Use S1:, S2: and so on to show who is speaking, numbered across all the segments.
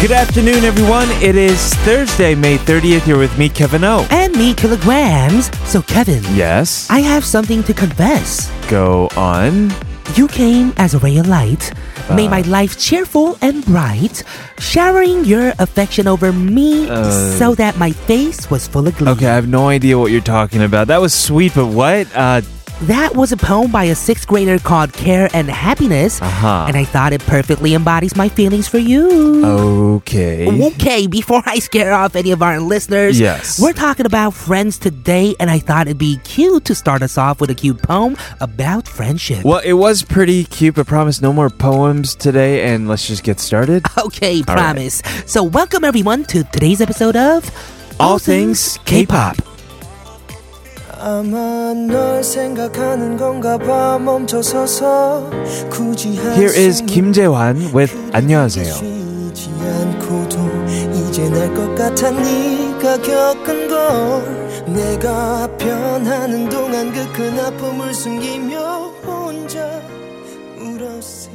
S1: Good afternoon, everyone. It is Thursday, May 30th. You're with me, Kevin O.
S2: and me kilograms. So, Kevin,
S1: Yes.
S2: I have something to confess.
S1: Go on.
S2: You came as a ray of light,
S1: Ah.
S2: made my life cheerful and bright, showering your affection over me so that my face was full of glee.
S1: Uh. Okay, I have no idea what you're talking about. That was sweet, but what? Uh,
S2: That was a poem by a sixth grader called Care and Happiness,
S1: Uh-huh.
S2: and I thought it perfectly embodies my feelings for you.
S1: okay.
S2: Okay, before I scare off any of our listeners,
S1: Yes.
S2: we're talking about friends today, and I thought it'd be cute to start us off with a cute poem about friendship.
S1: Well, it was pretty cute, but promise no more poems today, and let's just get started.
S2: Okay,
S1: All right.
S2: promise. So, welcome everyone to today's episode of
S1: All Things K-Pop.
S3: 아마 널 생각하는 건가 봐 멈춰서서 굳이
S1: Here is Kim Jae-hwan with 안녕하세요.
S3: 쉬지 않고도 이제 날것 같아 네가 겪은 걸 내가 변하는 동안 그 큰 아픔을 숨기며 혼자 울었을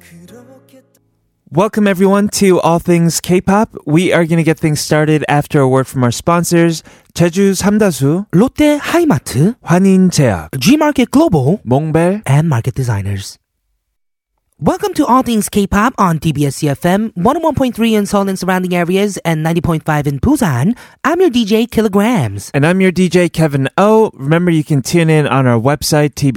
S3: 그렇게
S1: Welcome, everyone, to All Things K-Pop. We are going to get things started after a word from our sponsors, 제주 삼다수,
S2: Lotte Haimatu,
S1: 환인제약,
S2: G Market Global,
S1: 몽벨,
S2: and Market Designers. Welcome to All Things K-Pop on DBS CFM, 101.3 in Seoul and surrounding areas, and 90.5 in Busan. I'm your DJ, Kilograms.
S1: And I'm your DJ, Kevin O. Remember, you can tune in on our website, E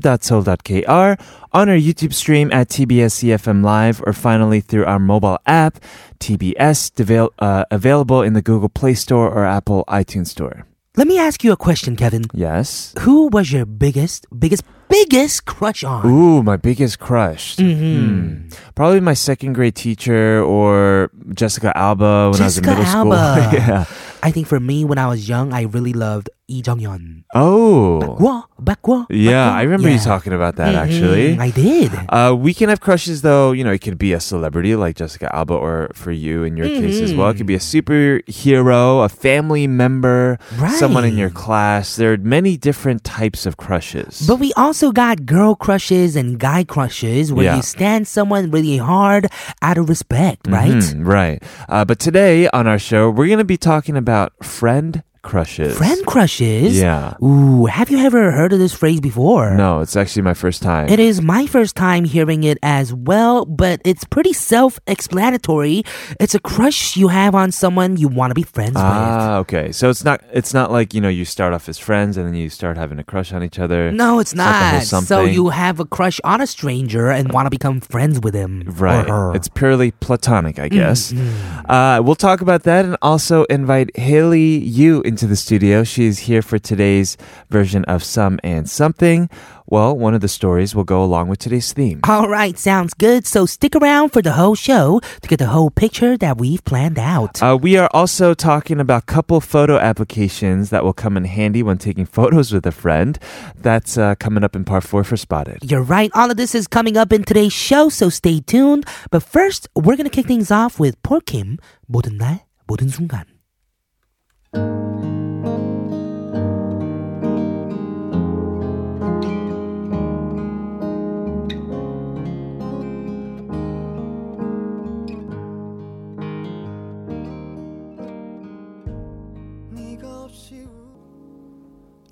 S1: tbscfm.soul.kr, on our YouTube stream at tbscfm E live, or finally through our mobile app, TBS, devel- uh, available in the Google Play Store or Apple iTunes Store.
S2: Let me ask you a question, Kevin.
S1: Yes.
S2: Who was your biggest, biggest, biggest crush on?
S1: Ooh, my biggest crush.
S2: Mm-hmm.
S1: Hmm. Probably my second grade teacher or Jessica Alba when I was in
S2: Jessica
S1: middle
S2: Alba.
S1: school. yeah.
S2: I think for me, when I was young, I really loved Lee Jong-yeon.
S1: Oh.
S2: Whoa, bakwa.
S1: Yeah,
S2: bakwa.
S1: I remember you
S2: Yeah.
S1: talking about that
S2: Mhm,
S1: actually.
S2: I did.
S1: Uh, we can have crushes though. You know, it could be a celebrity like Jessica Alba, or for you in your case as well, it could be a
S2: Mm-hmm.
S1: superhero, a family member, someone in your class. There are many different types of crushes.
S2: But we also got girl crushes and guy crushes where
S1: Yeah.
S2: you stand someone really hard out of respect, right?
S1: Mhm, right. Uh, but today on our show, we're going to be talking about friend crushes.
S2: Friend crushes.
S1: Yeah.
S2: Ooh, have you ever heard of this phrase before?
S1: No, it's actually my first time.
S2: It is my first time hearing it as well, but it's pretty self explanatory. It's a crush you have on someone you want to be friends with.
S1: Ah, okay. So it's not it's not like you know you start off as friends and then you start having a crush on each other.
S2: No, it's
S1: not the whole
S2: not. so
S1: something.
S2: you have a crush on a stranger and want to become friends with him. or
S1: Right.
S2: her.
S1: It's purely platonic, I guess. Uh, we'll talk about that and also invite Haley Yu into the studio. She is here for today's version of Some and Something. Well, one of the stories will go along with today's theme.
S2: All right, sounds good. So stick around for the whole show to get the whole picture that we've planned out.
S1: Uh, we are also talking about couple photo applications that will come in handy when taking photos with a friend. That's uh, coming up in part four for Spotted.
S2: You're right, all of this is coming up in today's show, so stay tuned. But first, we're going to kick things off with 폴킴, 모든 날, 모든 순간.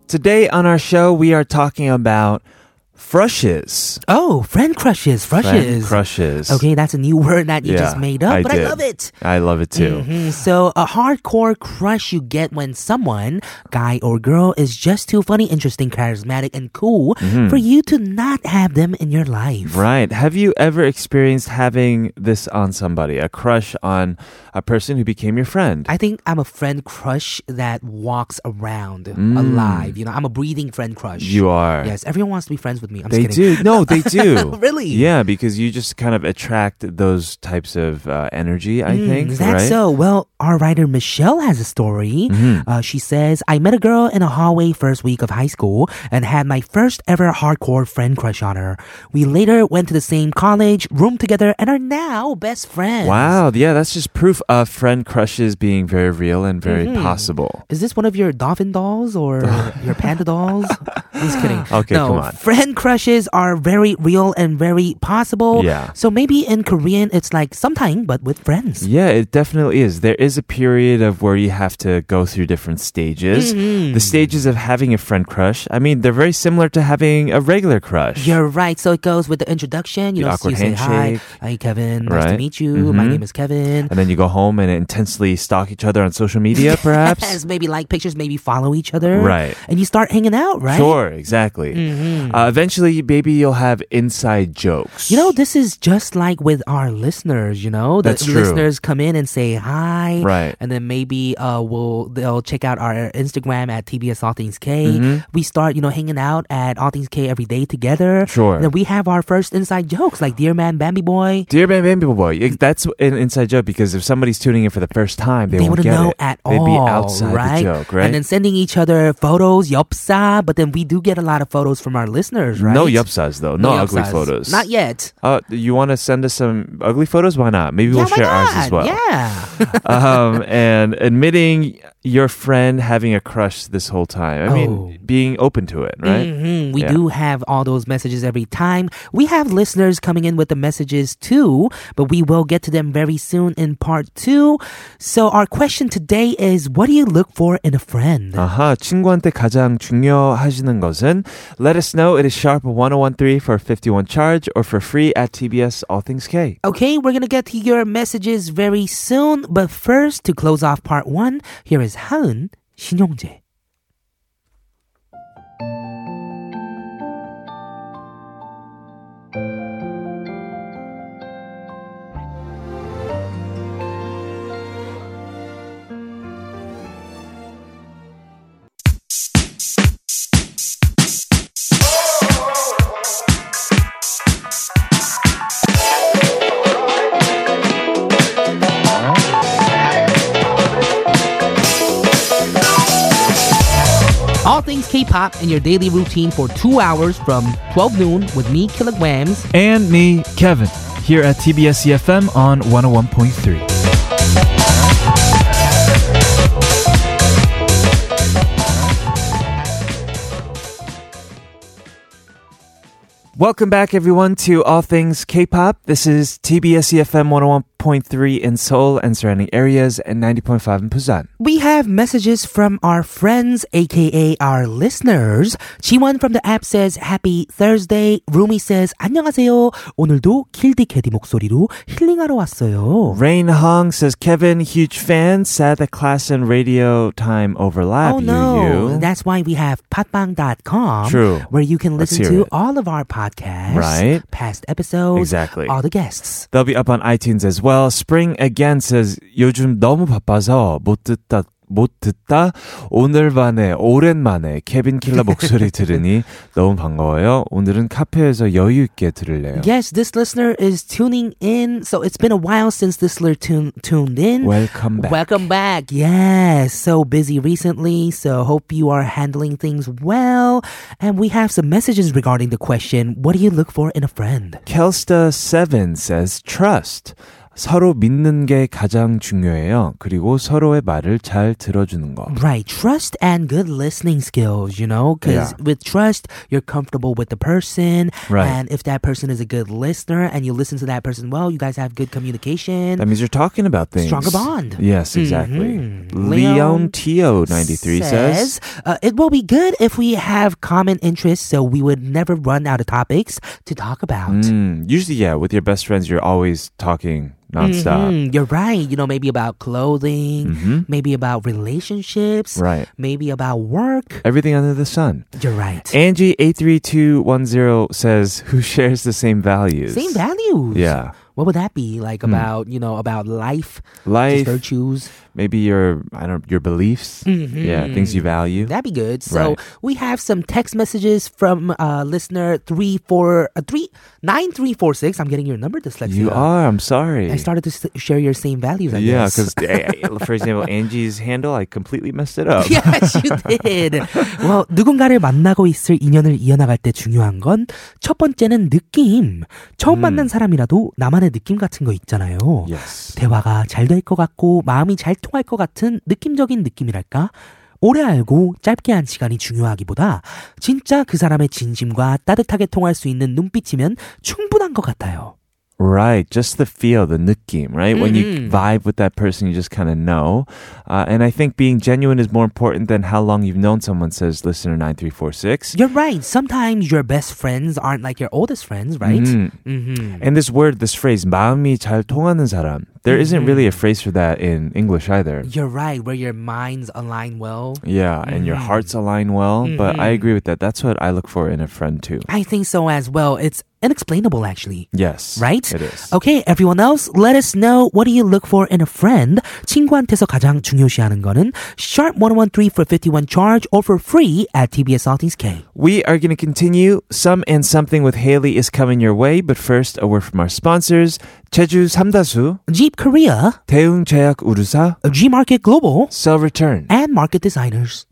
S1: Today on our show, we are talking about frushes.
S2: Oh, friend crushes,
S1: Friend
S2: crushes.
S1: Crushes.
S2: Okay, that's a new word that you just made up, but I
S1: did.
S2: love it.
S1: I love it too.
S2: Mhm. So, a hardcore crush you get when someone, guy or girl, is just too funny, interesting, charismatic, and cool for you to not have them in your life.
S1: Mm-hmm. Right. Have you ever experienced having this on somebody, a crush on a person who became your friend?
S2: I think I'm a friend crush that walks around alive. You know, I'm a breathing friend crush.
S1: Mm. you are.
S2: Yes, everyone wants to be friends with me. I'm
S1: They
S2: just kidding.
S1: do. No, they do.
S2: Really?
S1: Yeah, because you just kind of attract those types of uh, energy, I think.
S2: Is that
S1: right?
S2: Hmm, Mm,
S1: Mm-hmm.
S2: so? Well, our writer Michelle has a story. Uh, she says, I met a girl in a hallway first week of high school and had my first ever hardcore friend crush on her. We later went to the same college, roomed together, and are now best friends.
S1: Wow. Yeah, that's just proof of friend crushes being
S2: Mm-hmm.
S1: very real and very possible.
S2: Is this one of your dolphin dolls or your panda dolls? I'm just kidding.
S1: Okay,
S2: no,
S1: come on.
S2: Friend crushes are very real and very possible.
S1: Yeah.
S2: So maybe in Korean it's like sometime but with friends.
S1: Yeah, it definitely is. There is a period of where you have to go through different
S2: Mm-hmm.
S1: stages.
S2: Hmm.
S1: The stages of having a friend crush, I mean, they're very similar to having a regular crush.
S2: You're right. So it goes with the introduction. You
S1: The
S2: know,
S1: awkward
S2: you say hi,
S1: handshake.
S2: hi Kevin, nice to
S1: Right.
S2: meet you. My
S1: Mhm.
S2: name is Kevin.
S1: and then you go home and intensely stalk each other on social media, perhaps?
S2: Yes, maybe like pictures, maybe follow each other.
S1: Right.
S2: And you start hanging out, right? Mm-hmm.
S1: Sure, exactly. Uh, eventually, maybe you'll have inside jokes.
S2: You know, this is just like with our listeners. You know, the
S1: That's true.
S2: listeners come in and say hi,
S1: Right.
S2: And then maybe uh, we'll they'll check out our Instagram at TBS All Things K.
S1: Mm-hmm.
S2: We start, you know, hanging out at All Things K every day together.
S1: Sure.
S2: And then we have our first inside jokes, like Dear Man, Bambi Boy.
S1: Dear Bam Bam Bam Boy, it- that's an inside joke because if somebody's tuning in for the first time, they,
S2: They
S1: won't
S2: wouldn't
S1: get
S2: know
S1: it.
S2: at
S1: They'd
S2: all,
S1: be outside
S2: right?
S1: the joke, right?
S2: And then sending each other photos, yupsa. But then we do get a lot of photos from our listeners, right?
S1: No yupsas though, no, ugly
S2: yupsas.
S1: photos.
S2: Not yet.
S1: Uh, you want to send us some ugly photos? Why not? Maybe
S2: yeah,
S1: we'll
S2: why
S1: share ours as
S2: not?
S1: well.
S2: Yeah.
S1: um, and admitting your friend having a crush this whole time. I mean,
S2: Oh.
S1: being open to it, right?
S2: hmm We
S1: Yeah.
S2: do have all those messages every time. We have listeners coming in with the messages too, but we will get to them very soon in part two. So our question today is, what do you look for in a friend?
S1: 아하, Uh-huh. 친구한테 가장 중요하시는 것은 let us know it is sharp 1013 for 51 charge or for free at TBS All Things K.
S2: Okay, we're gonna get to your messages very soon, but first, to close off part one, here is 하은 신용재. All things K-pop in your daily routine for two hours from 12 noon with me, Kilograms.
S4: and me, Kevin, here at TBS
S1: E
S4: EFM on 101.3.
S1: Welcome back, everyone, to All Things K-pop. This is TBS EFM 101.3 in Seoul and surrounding areas and 90.5 in Busan.
S2: We have messages from our friends, aka our listeners. 지원 from the app says Happy Thursday. 루미 says 안녕하세요. 오늘도 킬디 캐디 목소리로 힐링하러 왔어요.
S1: Rain Hong says, Kevin, huge fan. Sad that class and radio time overlap.
S2: Oh
S1: You,
S2: no!
S1: you.
S2: That's why we have patbang.com,
S1: True.
S2: where you can
S1: Let's
S2: listen
S1: hear
S2: to
S1: it.
S2: all of our podcasts,
S1: Right.
S2: Past episodes,
S1: Exactly.
S2: All the guests.
S1: They'll be up on iTunes as well. Spring Again says, 요즘 너무 바빠서 못 듣다, 못 듣다. 오늘 만에, 오랜만에 케빈 킬러 목소리 들으니 너무 반가워요. 오늘은 카페에서 여유 있게 들을래요.
S2: Yes, this listener is tuning in. So it's been a while since this listener tune, tuned in.
S1: Welcome back.
S2: Welcome back. Yes. So busy recently. So hope you are handling things well. And we have some messages regarding the question what do you look for in a friend?
S1: Kelsta7 says, trust. 서로 믿는 게 가장 중요해요. 그리고 서로의 말을 잘 들어주는 거.
S2: Right, trust and good listening skills, you know, because
S1: Yeah.
S2: with trust, you're comfortable with the person.
S1: Right.
S2: And if that person is a good listener and you listen to that person well, you guys have good communication.
S1: That means you're talking about things.
S2: Stronger bond.
S1: Yes, exactly.
S2: Mhm.
S1: Leon Tio93 says,
S2: uh, it will be good if we have common interests so we would never run out of topics to talk about.
S1: Mm, usually, yeah, with your best friends, you're always talking nonstop.
S2: Mhm, You're right. You know, maybe about clothing,
S1: Mhm.
S2: maybe about relationships,
S1: Right.
S2: maybe about work.
S1: Everything under the sun.
S2: You're right.
S1: Angie83210 says, who shares the same values?
S2: Same values.
S1: Yeah. Hmm.
S2: What would that be like about, you know, about life, just
S1: Life,
S2: virtues?
S1: maybe your, I don't your beliefs.
S2: Mm-hmm.
S1: Yeah, things you value.
S2: That'd be good. So
S1: Right.
S2: we have some text messages from uh, listener three four uh, three nine three four six. I'm getting your number dyslexia.
S1: you are, I'm sorry.
S2: I started to s- share your same values. I
S1: yeah,
S2: guess.
S1: because for example, Angie's handle, I completely messed it up.
S2: yes, you did. well, 누군가를 만나고 있을 인연을 이어나갈 때 중요한 건 첫 번째는 느낌. 처음 만난 사람이라도 나만의 느낌 같은 거 있잖아요.
S1: Yes.
S2: 대화가 잘 될 것 같고 마음이 잘 통할 것 같은 느낌적인 느낌이랄까? 오래 알고 짧게 한 시간이 중요하기보다 진짜 그 사람의 진심과 따뜻하게 통할 수 있는 눈빛이면 충분한 것 같아요.
S1: Right, just the feel, the 느낌, right? When you
S2: Mhm.
S1: vibe with that person, you just kind of know. Uh, and I think being genuine is more important than how long you've known someone, says listener 9346.
S2: You're right. Sometimes your best friends aren't like your oldest friends, right?
S1: Mm.
S2: Mhm.
S1: And this word, this phrase, 마음이 잘 통하는 사람, there
S2: Mm-hmm.
S1: not really a phrase for that in English either.
S2: You're right. Where your minds align well.
S1: Yeah, and
S2: Mm-hmm.
S1: your hearts align well, but I agree with that. That's what I look for in a friend too.
S2: I think so as well. It's inexplainable, actually.
S1: Yes.
S2: Right? Oh.
S1: It is.
S2: Okay, everyone else, let us know what do you look for in a friend. 친구한테서 가장 중요시하는 거는 sharp 1013 for 51 charge or for free at TBS All Things K.
S1: We are going to continue. Some and something with Haley is coming your way, but first, a word from our sponsors 제주 삼다수,
S2: Jeep Korea,
S1: 대웅제약 우루사,
S2: G Market Global,
S1: Sell Return.
S2: and Market Designers.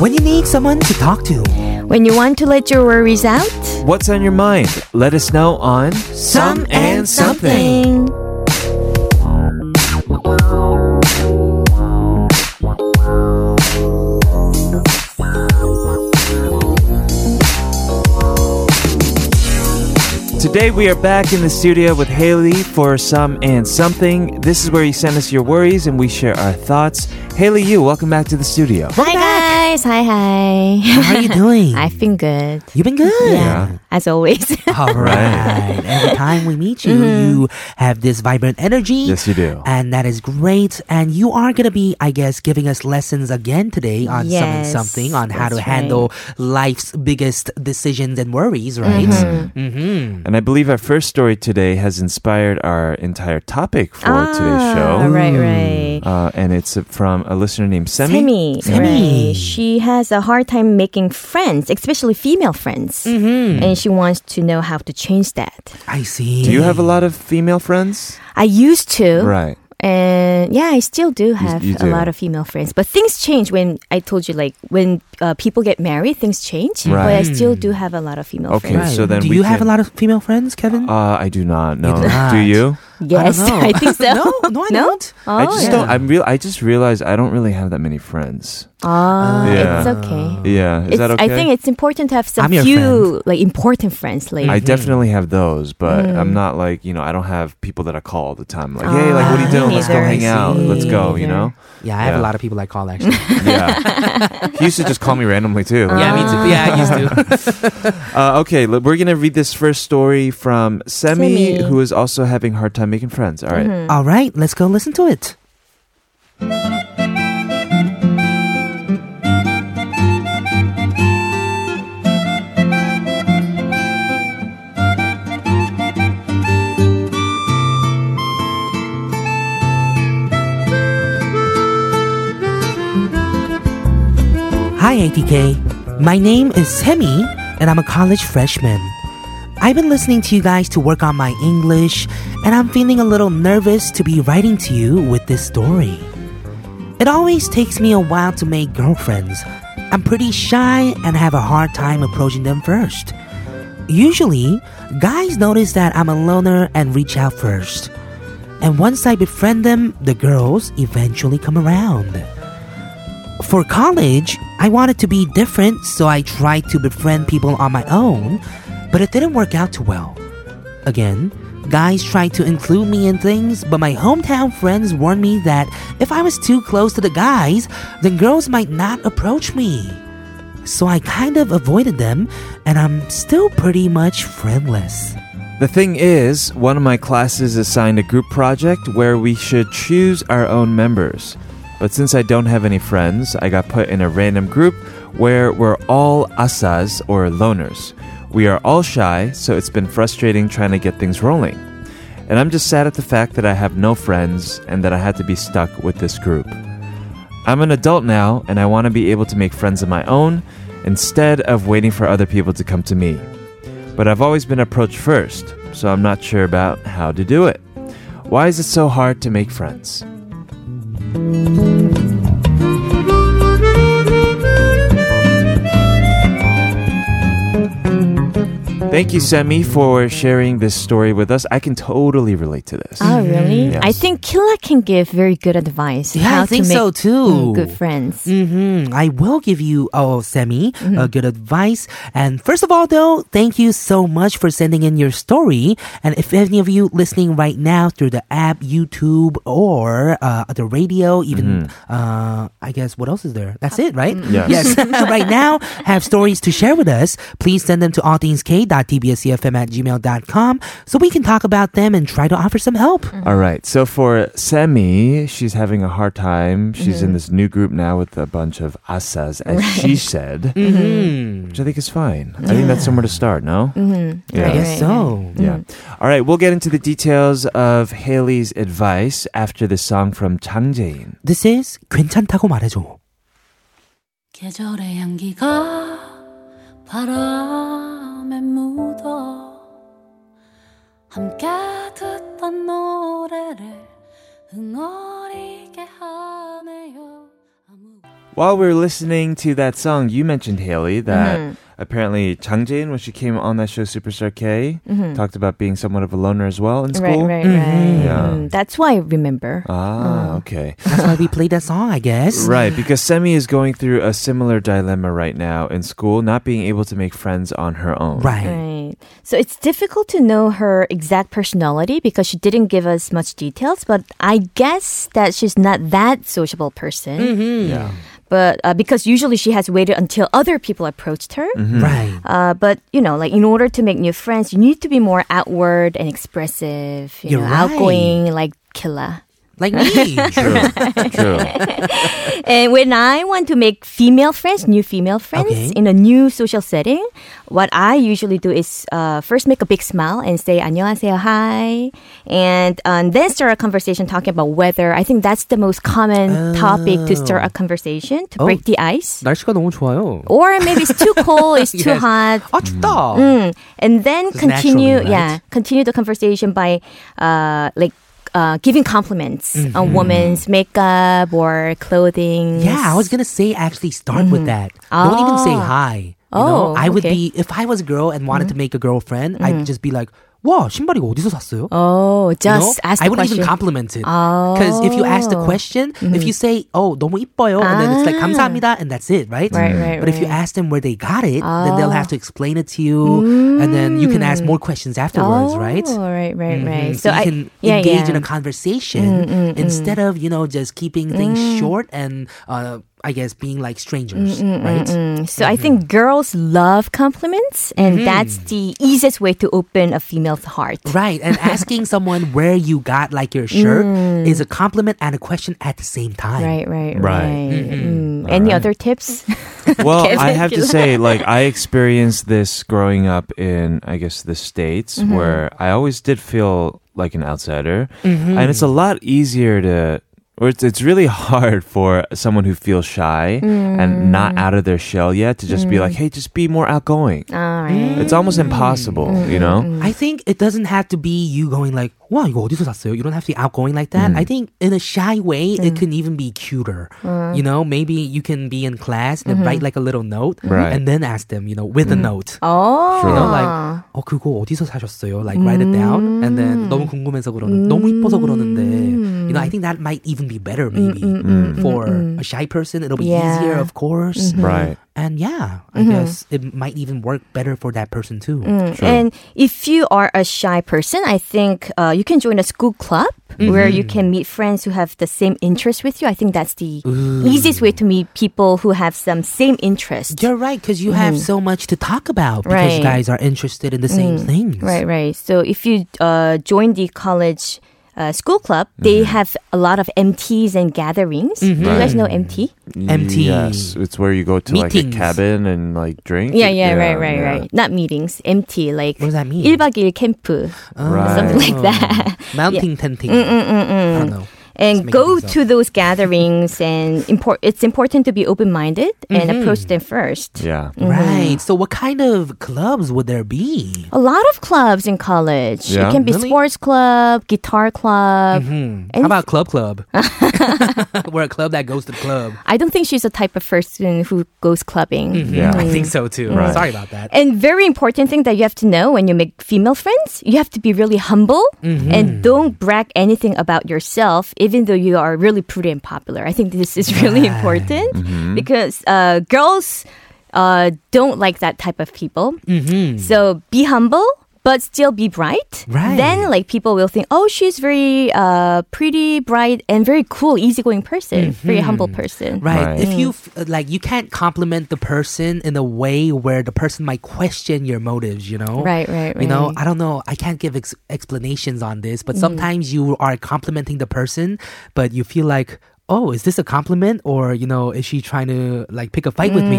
S2: When you need someone to talk to.
S5: When you want to let your worries out,
S1: What's on your mind? Let us know on Some and Something. Today we are back in the studio with Haley for Some and Something. This is where you send us your worries and we share our thoughts. Haley, you, welcome back to the studio.
S5: Hi guys, hi hi.
S2: How are you doing?
S5: I've been good.
S2: You've been good.
S5: Yeah, as always.
S2: All right. Every time we meet you, you have this vibrant energy.
S1: Mm-hmm. Yes, you do.
S2: And that is great. And you are going to be, I guess, giving us lessons again today on some and
S5: Yes,
S2: something on how to
S5: that's
S2: handle life's biggest decisions and worries, right?
S1: Mm-hmm.
S2: Mhm.
S1: And I believe our first story today has inspired our entire topic for today's
S5: Ah,
S1: show.
S5: Right, right.
S1: Uh, and it's from a listener named Semi.
S5: Semi,
S2: Semi.
S5: right. She has a hard time making friends, especially female friends.
S1: Mm-hmm.
S5: And she wants to know how to change that.
S2: I see.
S1: Do you have a lot of female friends?
S5: I used to.
S1: Right.
S5: And yeah, I still do have
S1: you
S5: a
S1: do.
S5: lot of female friends. But things change when I told you, like, when uh, people get married, things change. But I
S1: Right.
S5: still do have a lot of female
S1: Okay,
S5: friends.
S2: Right.
S1: so then
S2: Do
S1: we
S2: you have a
S1: can-
S2: lot of female friends, Kevin?
S1: Uh, I do not know.
S2: do not.
S1: Do you?
S5: Yes,
S2: I don't know.
S5: I, think so.
S2: no, no, I don't.
S5: Oh,
S1: I just
S5: yeah.
S1: don't. I'm real. I just realized I don't really have that many friends.
S5: Ah,
S1: Yeah.
S5: it's
S2: Oh.
S5: okay.
S1: Yeah. Is
S5: It's,
S1: that okay?
S5: I think it's important to have some
S2: I'm your
S5: few like important friends. Like
S2: Mm-hmm.
S1: I definitely have those, but
S5: Mm.
S1: I'm not like you know. I don't have people that I call all the time. Like, hey, like, what are you
S5: Ah,
S1: doing?
S5: me
S1: Let's go
S5: neither.
S1: hang out.
S5: I
S1: Let's
S5: see.
S1: go.
S5: Me
S1: You know?
S2: Yeah, I have
S1: Yeah.
S2: a lot of people I call actually.
S1: Yeah. he used to just call me randomly too.
S5: Ah.
S1: Like,
S2: yeah, me too. Yeah, I used to.
S1: Uh, okay, look, we're gonna read this first story from Semi,
S5: Semi.
S1: who is also having a hard time making friends. All right.
S2: All right, let's go listen to it. Hi, ATK. My name is Semi, and I'm a college freshman. I've been listening to you guys to work on my English, and I'm feeling a little nervous to be writing to you with this story. It always takes me a while to make girlfriends. I'm pretty shy and have a hard time approaching them first. Usually, guys notice that I'm a loner and reach out first. And once I befriend them, the girls eventually come around. For college, I wanted to be different, so I tried to befriend people on my own, but it didn't work out too well. Again, guys tried to include me in things, but my hometown friends warned me that if I was too close to the guys, then girls might not approach me. So I kind of avoided them, and I'm still pretty much friendless.
S1: The thing is, one of my classes assigned a group project where we should choose our own members. But since I don't have any friends, I got put in a random group where we're all asas or loners. We are all shy, so it's been frustrating trying to get things rolling. And I'm just sad at the fact that I have no friends and that I had to be stuck with this group. I'm an adult now and I want to be able to make friends of my own instead of waiting for other people to come to me but I've always been approached first, so I'm not sure about how to do it. Why is it so hard to make friends? Thank you, Semi, for sharing this story with us. I can totally relate to this.
S5: Oh, really?
S1: Mm-hmm. Yes.
S5: I think Killa can give very good advice.
S2: Yeah, I
S5: how
S2: think
S5: to make
S2: so, too.
S5: mm, Good friends.
S2: Mm-hmm. I will give you, oh, Sammy, uh, good advice. And first of all, though, thank you so much for sending in your story. And if any of you listening right now through the app, YouTube, or uh, the radio, even, uh, I guess, what else is there? That's it, right?
S1: Mm-hmm. Yes.
S2: right now, have stories to share with us. Please send them to allthingsk.tbscfm at gmail.com so we can talk about them and try to offer some help.
S1: All right. So for Semi, she's having a hard time. She's in this new group now with a bunch of asas, as she said, which I think is fine. I think that's somewhere to start, no? Mm-hmm. Yeah.
S2: Mm-hmm. I guess
S5: Right,
S2: so.
S1: Yeah. All right. We'll get into the details of Haley's advice after the song from Chang Jae-in.
S2: This is 괜찮다고 말해줘.
S6: 계절의 향기가 바람에 묻어 함께 듣던 노래를 흥얼이게 하네요 아무
S1: While we were listening to that song, you mentioned Haley that apparently Chang Jae-in, when she came on that show Superstar K, talked about being somewhat of a loner as well in
S5: Right,
S1: school. Mm-hmm.
S5: right, right.
S1: Yeah.
S5: Mm, that's why I remember.
S1: Ah, okay.
S2: That's why we played that song, I guess.
S1: Right, because Semi is going through a similar dilemma right now in school, not being able to make friends on her own.
S2: Right.
S5: Right. So it's difficult to know her exact personality because she didn't give us much details, but I guess that she's not that sociable person.
S1: Yeah.
S5: But uh, because usually she has waited until other people approached
S1: Mm-hmm.
S5: her.
S2: Right.
S5: Uh, but you know, like in order to make new friends, you need to be more outward and expressive, you
S2: You're
S5: know,
S2: right.
S5: outgoing, like Killa.
S2: Like me.
S1: True. True.
S5: And when I want to make female friends, new female friends
S2: Okay.
S5: in a new social setting, what I usually do is uh, first make a big smile and say 안녕하세요, hi, and um, then start a conversation talking about weather. I think that's the most common topic to
S2: Oh.
S5: start a conversation to break the ice.
S2: 날씨가 너무 좋아요.
S5: Or maybe it's too cold, it's too
S2: Yes.
S5: hot.
S2: 아, 춥다.
S5: Mm. And then
S2: Just
S5: continue,
S2: naturally,
S5: yeah, continue the conversation by uh, like uh, giving compliments on women's makeup or clothing.
S2: Mm-hmm. Yeah, I was gonna say actually start with that. Don't even say hi. You know,
S5: Oh,
S2: I would
S5: okay. Mm.
S2: be if I was a girl and wanted to make a girlfriend, I'd just be like, "Wow, 신발 이거 어디서 샀어요?"
S5: Oh,
S2: You
S5: just
S2: know?
S5: ask the
S2: I wouldn't
S5: question. Oh.
S2: even compliment it because if you ask the question, if you
S5: Mm-hmm.
S2: say, "Oh, 너무 이뻐요," and then it's like "감사합니다," and that's it, right?
S5: Ah. Right, right, Ah.
S2: But if you ask them where they got it, then they'll have to explain it to you, and then you can
S5: Mm.
S2: ask more questions afterwards,
S5: oh,
S2: right?
S5: right, right, right.
S2: Mhm. So, you
S5: I-
S2: can
S5: yeah, Mm,
S2: engage
S5: yeah.
S2: in a conversation instead of you know just keeping things short and uh, I guess being like strangers, right?
S5: Mm. Mm, So
S2: Mm-hmm.
S5: I think girls love compliments, and that's the easiest way to open a female's heart.
S2: Right, and asking someone where you got like your shirt is a compliment and a question at the same
S5: Mm.
S2: time.
S5: Right, right, right.
S1: Right.
S5: Mm. Any other tips?
S1: Well, I have to say, like, I experienced this growing up in, I guess, the States, where I always did feel like an outsider. And it's a lot easier to, or it's, it's really hard for someone who feels shy and not out of their shell yet to just be like, hey, just be more outgoing.
S5: All right.
S1: It's almost impossible, you know?
S2: Mm. I think it doesn't have to be you going like, wow, 이거 어디서 샀어요? You don't have to be outgoing like that. I think in a shy way,
S5: Mm.
S2: it can even be cuter. You know, maybe you can be in class
S5: Mm-hmm.
S2: and write like a little note
S1: Right.
S2: and then ask them, you know, with a note.
S5: Oh.
S2: You know, like, 어, 그거 어디서 사셨어요? Like, write it down. And then, 너무 궁금해서 그러는, 너무 이뻐서 그러는데. You know, I think that might even be better, maybe. For a shy person, it'll be
S5: Yeah. Mm-hmm.
S2: easier, of course.
S1: Right.
S2: And yeah, I guess it might even work better for that person too.
S5: Mm.
S1: Mm-hmm.
S5: And if you are a shy person, I think uh, you can join a school club where you can meet friends who have the same interests with you. I think that's the easiest way to meet people who have some same interest.
S2: You're right, because you have so much to talk about because
S5: Mm-hmm. Right. Mm.
S2: you guys are interested in the same things.
S5: Right, right. So if you uh, join the college uh, school club, they have a lot of MTs and gatherings. Do you guys know MT?
S2: MT.
S1: Yes, it's where you go to like
S2: E. Meetings.
S1: a cabin and like drink.
S5: Yeah, yeah, right, right,
S1: yeah.
S5: right. Not meetings, MT, like
S2: What does that mean?
S5: 1박 2일 캠프.
S1: Right.
S5: Something like that. Mm,
S2: Mounting tenting. I don't know.
S5: and
S2: make
S5: go
S2: these up.
S5: to those gatherings and import, it's important to be open-minded and approach them first
S1: Yeah.
S2: Right. So, what kind of clubs would there be?
S5: a lot of clubs in college
S1: Yeah.
S5: it can be
S2: Really?
S5: sports club guitar club
S2: How about club club? We're a club that goes to the club.
S5: i don't think she's the type of person who goes clubbing
S1: Yeah.
S2: I think so too.
S1: Right.
S2: Sorry about that.
S5: And very important thing that you have to know when you make female friends, you have to be really humble and don't brag anything about yourself, even though you are really pretty and popular. I think this is really important because uh, girls uh, don't like that type of people.
S2: Mm-hmm.
S5: So be humble. But still be bright.
S2: Mm. Right.
S5: Then, like people will think, oh, she's very uh, pretty, bright, and very cool, easygoing person, very humble person.
S2: Mm-hmm. Right.
S1: Right.
S2: If you f- uh, like, you can't compliment the person in a way where the person might question your motives. You know.
S5: Right, right,
S2: You
S5: right.
S2: know,
S5: Mm-hmm.
S2: I don't know. I can't give ex- explanations on this, but sometimes you are complimenting the person, but you feel like. Oh, is this a compliment or you know is she trying to like pick a fight with me?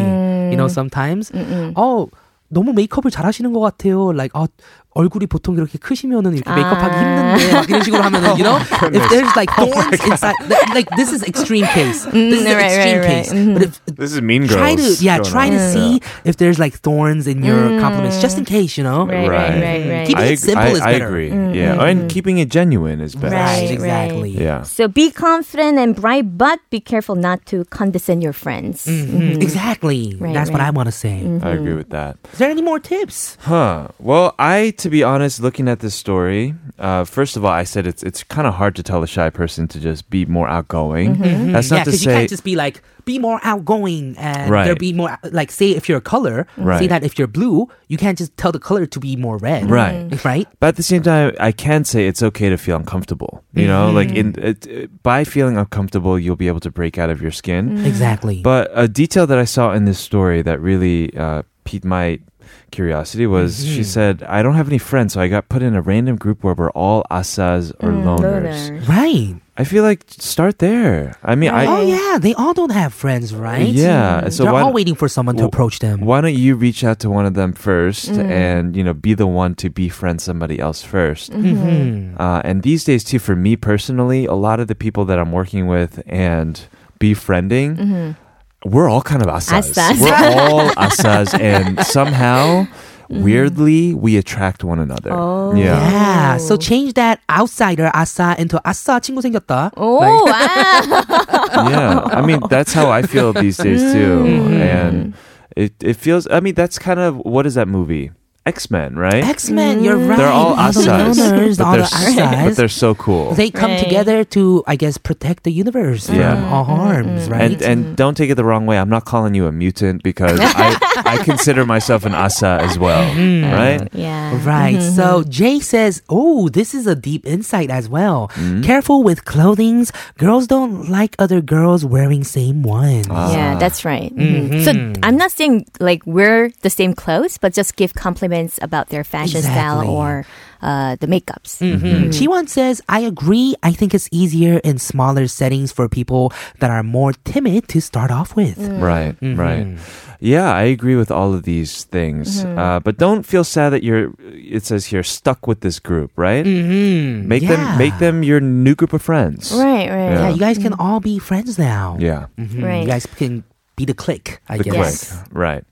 S5: Mm.
S2: You know sometimes. Oh, 너무 메이크업을 잘하시는 것 같아요. Like 어, 얼굴이 보통 이렇게 크시면은 이렇게 메이크업하기 힘든데 막 이런 식으로 하면은 you know if there's like thorns inside like, like, this is extreme case. This is an
S5: Mm, right,
S2: extreme
S5: right, Mm-hmm. right.
S2: case. But if
S1: This is Mean Girls.
S2: try to yeah
S1: going
S2: try
S1: on.
S2: to see if there's like thorns in your compliments just in case you know
S5: Mm. Right, right,
S1: Right.
S5: right, right.
S2: Keep it
S1: I,
S2: simple
S1: I,
S2: is
S1: I
S2: better. Mm-hmm.
S1: agree. Yeah. And keeping it genuine is best.
S5: Right,
S2: exactly
S1: Yeah.
S5: So be confident and bright, but be careful not to condescend your friends.
S2: Mhm,
S1: Mm-hmm.
S2: exactly
S5: Mm-hmm. Right,
S2: that's what
S5: right. Mm.
S2: I want to say
S1: I
S2: Mm-hmm.
S1: agree with that.
S2: is there any more tips
S1: Huh. Well, I, to be honest, looking at this story, uh, first of all, I said it's it's kind of hard to tell a shy person to just be more outgoing. That's
S2: Mm-hmm. yeah
S1: not to
S2: because you
S1: say
S2: can't just be like be more outgoing and
S1: Right.
S2: there be more like say if you're a color
S5: Mm-hmm.
S2: say
S1: Right.
S2: that if you're blue you can't just tell the color to be more red
S1: Right.
S5: Mm-hmm.
S2: right
S1: But at the same time, I can say it's okay to feel uncomfortable. You know, like in
S2: Mm-hmm.
S1: it, it- by feeling uncomfortable, you'll be able to break out of your skin.
S5: Mm-hmm.
S2: exactly
S1: But a detail that I saw in this story that really uh, piqued my curiosity was she said, "I don't have any friends, so I got put in a random group where we're all asas or loners."
S2: right
S1: I feel like start there. I mean, I
S2: oh yeah they all don't have friends right
S1: yeah. So
S2: they're
S1: why
S2: all waiting for someone to
S1: w-
S2: approach them
S1: why don't you reach out to one of them first, and you know, be the one to befriend somebody else 1st Uh, and these days, too, for me personally, a lot of the people that I'm working with and befriending, we're all kind of asas.
S5: Asas.
S1: We're all asas, and somehow, weirdly, we attract one another.
S5: Oh.
S1: Yeah.
S2: Yeah, so change that outsider 아싸 into 아싸 친구 생겼다.
S5: Oh,
S2: Like,
S5: wow.
S1: yeah. I mean, that's how I feel these days, too. And it, it feels, I mean, that's kind of what is that movie? X Men, right?
S2: X-Men, you're
S5: Mm.
S2: right.
S1: They're all
S2: the
S1: asas.
S2: loners, all the
S1: but, they're, s- but
S2: assas.
S1: they're so cool.
S2: They come
S5: Right.
S2: together to, I guess, protect the universe
S1: Yeah.
S2: from all
S5: Mm-hmm.
S2: harms, right?
S1: And and don't take it the wrong way. I'm not calling you a mutant because I, I consider myself an asa as well,
S2: Mm-hmm.
S1: right?
S5: yeah.
S2: Right. So Jay says, "Oh, this is a deep insight as well.
S1: Mm-hmm.
S2: Careful with clothings. Girls don't like other girls wearing same ones.
S1: Ah.
S5: Yeah, that's right. Mhm.
S2: Mm-hmm.
S5: So I'm not saying like wear the same clothes, but just give compliments about their fashion style
S2: Exactly. Mm-hmm.
S5: or uh, the makeups.
S2: Chiwon says, I agree. I think it's easier in smaller settings for people that are more timid to start off with.
S1: Right,
S2: Mm-hmm.
S1: right. Yeah, I agree with all of these things.
S2: Mm-hmm.
S1: Uh, but don't feel sad that you're. It says here stuck with this group, right?
S2: Mm-hmm.
S1: Make them make them your new group of friends.
S5: Right, right.
S2: Yeah, you guys can all be friends now.
S1: Yeah.
S2: Mhm.
S5: Right.
S2: You guys can be the clique, I
S1: The
S2: guess.
S5: Yes.
S1: click. Right.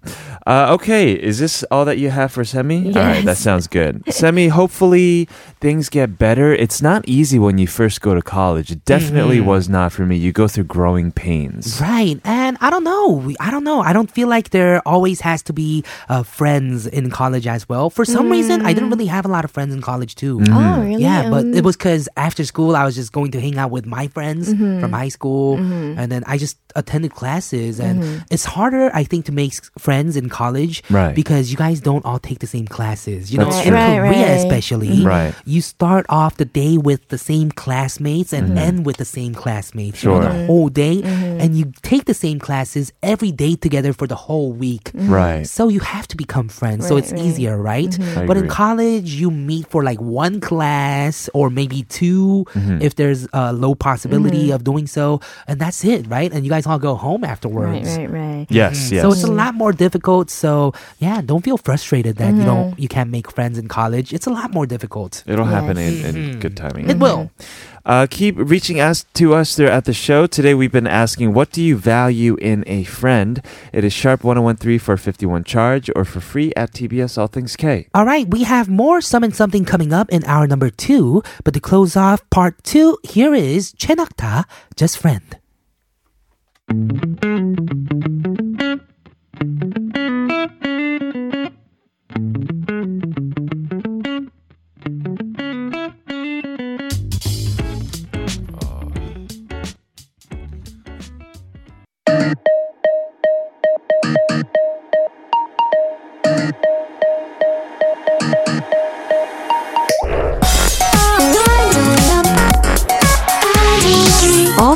S1: Uh, okay. Is this all that you have for Semi? All right. That sounds good. Semi, hopefully things get better. It's not easy when you first go to college. It definitely
S2: Mm-hmm.
S1: was not for me. You go through growing pains.
S2: Right. And I don't know. We- I don't know. I don't feel like there always has to be uh, friends in college as well. For some reason, I didn't really have a lot of friends in college too.
S1: Mm-hmm.
S7: Mm.
S5: Oh, really?
S2: Yeah,
S5: Um,
S2: but it was because after school, I was just going to hang out with my friends
S5: Mm-hmm.
S2: from high school. And then I just attended classes. And
S5: Mm-hmm.
S2: it's harder, I think, to make s- friends in college
S1: Right.
S2: because you guys don't all take the same classes. You know,
S1: That's
S2: in
S1: true.
S5: Right,
S2: Korea,
S5: right. Mm-hmm.
S2: especially,
S1: Right.
S2: you start off the day with the same classmates and end with the same classmates you know,
S1: Mm-hmm. Sure.
S2: the whole day.
S5: Mm-hmm.
S2: And you take the same classes every day together for the whole week.
S1: Mm-hmm. Right.
S2: So you have to become friends. so
S5: Right,
S2: it's
S5: right. Mm-hmm.
S2: easier, right?
S1: I
S2: But in
S1: agree.
S2: college, you meet for like one class or maybe 2
S1: Mm-hmm.
S2: if there's a low possibility
S5: Mm-hmm.
S2: of doing so. And that's it, right? And you guys all go home
S5: Right,
S2: afterwards.
S5: right, right.
S1: Yes. Yes.
S2: Mm-hmm. So it's a lot more difficult. So yeah, don't feel frustrated that you
S5: Mm-hmm.
S2: don't you can't make friends in college. It's a lot more difficult.
S5: Mm-hmm.
S1: It'll happen in, in good timing.
S2: Mm-hmm. It will.
S1: Uh, keep reaching us to us throughout the show. Today we've been asking, what do you value in a friend? It is sharp 1013 for 51 charge or for free at TBS All Things K.
S2: All right, we have more summon something coming up in hour number two. But to close off part two, here is Chenakta, just friend.
S7: All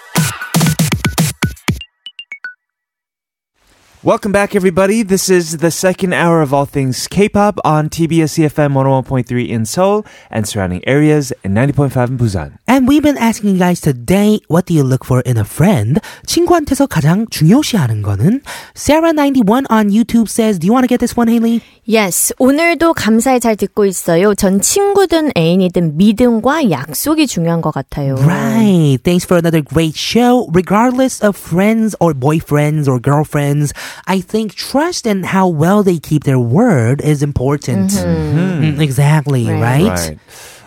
S1: Welcome back, everybody. This is the second hour of All Things K-pop on TBS EFM 101.3 in Seoul and surrounding areas and 90.5 in Busan.
S2: And we've been asking you guys today, what do you look for in a friend? 친구한테서 가장 중요시하는 거는 Sarah91 on YouTube says, do you want to get this one, Haley?
S5: Yes, 오늘도 감사히 잘 듣고 있어요. 전 친구든 애인이든 믿음과 약속이 중요한 것 같아요.
S2: Right. Thanks for another great show. Regardless of friends or boyfriends or girlfriends, I think trust and how well they keep their word is important. Mm, exactly, right?
S5: Right.
S1: Right.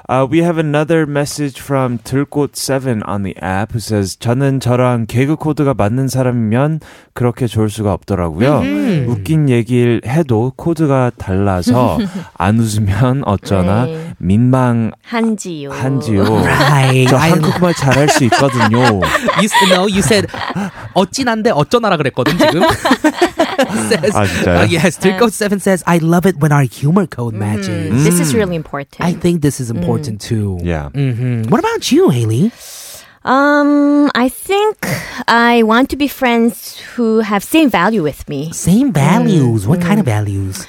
S1: Uh, we have another message from 들꽃7 on the app who says 저는 저랑 개그 코드가 맞는 사람이면 그렇게 좋을 수가 없더라고요.
S5: 음.
S1: 웃긴 얘기를 해도 코드가 달라서 안 웃으면 어쩌나
S5: 네. 어.
S1: 민망한지요.
S5: 한지요.
S2: Right.
S1: 저
S2: I-
S1: 한국말 잘할 수 있거든요.
S2: you, s- no, you said 어찌난데 어쩌나라 그랬거든 지금. says,
S1: 아, 진짜요?
S2: uh, yes, Turco Seven says I love it when our humor code matches.
S5: This is really important.
S2: I think this is important too.
S1: Yeah.
S2: Mhm. What about you, Haley?
S5: um, I think I want to be friends who have same value with me.
S2: Same values. What kind of values?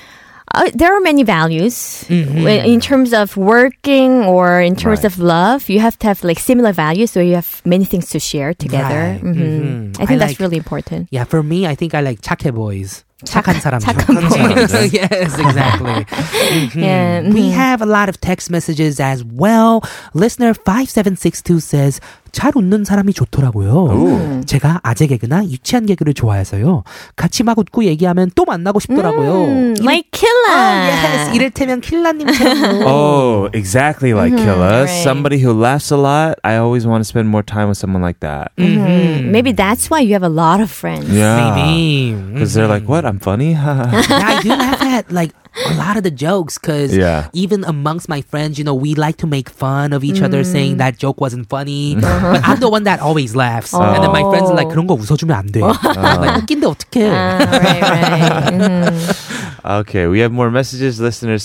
S5: Uh, there are many values
S2: Mm-hmm.
S5: When- in terms of working or in terms
S1: Right.
S5: of love. You have to have like similar values, so you have many things to share together.
S2: Right.
S5: Mhm.
S2: Mhm.
S5: I think
S2: I
S5: that's
S2: like-
S5: really important.
S2: Yeah, for me, I think I like 착해 boys. 착한 사람.
S5: 착한
S1: boys.
S2: yes, exactly. Hmm.
S5: Yeah.
S2: We have a lot of text messages as well. Listener 5762 says 잘 웃는 사람이 좋더라고요. 제가 아재 개그나 유치한 개그를 좋아해서요. 같이 막 웃고 얘기하면 또 만나고 싶더라고요.
S5: Mm, like Killa.
S2: 아, Oh, yes. 이를테면 킬라님처럼.
S1: Oh, exactly like
S2: Mm-hmm.
S1: Killa.
S5: right.
S1: Somebody who laughs a lot. I always want to spend more time with someone like that.
S2: Mm. Hmm.
S5: Mhm. Maybe that's why you have a lot of friends.
S1: 아, Yeah.
S2: Maybe. Mm-hmm.
S1: Because they're like, what? I'm funny?
S2: I do laugh at like a lot of the jokes because
S1: Yeah.
S2: even amongst my friends, you know, we like to make fun of each other saying that joke wasn't funny. But I'm the one that always laughs. And then my friends are like, 그런 거 웃어주면 안 돼. I'm like, 웃긴데 어떡해.
S5: Ah, right, right. Mhm.
S1: Okay, we have more messages. Listener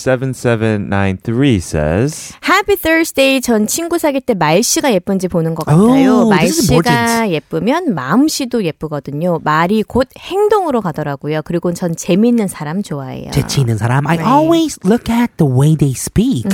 S1: 7793 says,
S5: Happy Thursday. 전 친구 사귈 때 말씨가 예쁜지 보는 것 같아요.
S2: Oh, this is
S5: 말씨가
S2: important.
S5: 예쁘면 마음씨도 예쁘거든요. 말이 곧 행동으로 가더라고요. 그리고 전 재밌는 사람 좋아해요.
S2: 재치 있는 사람. I always look at the way they speak.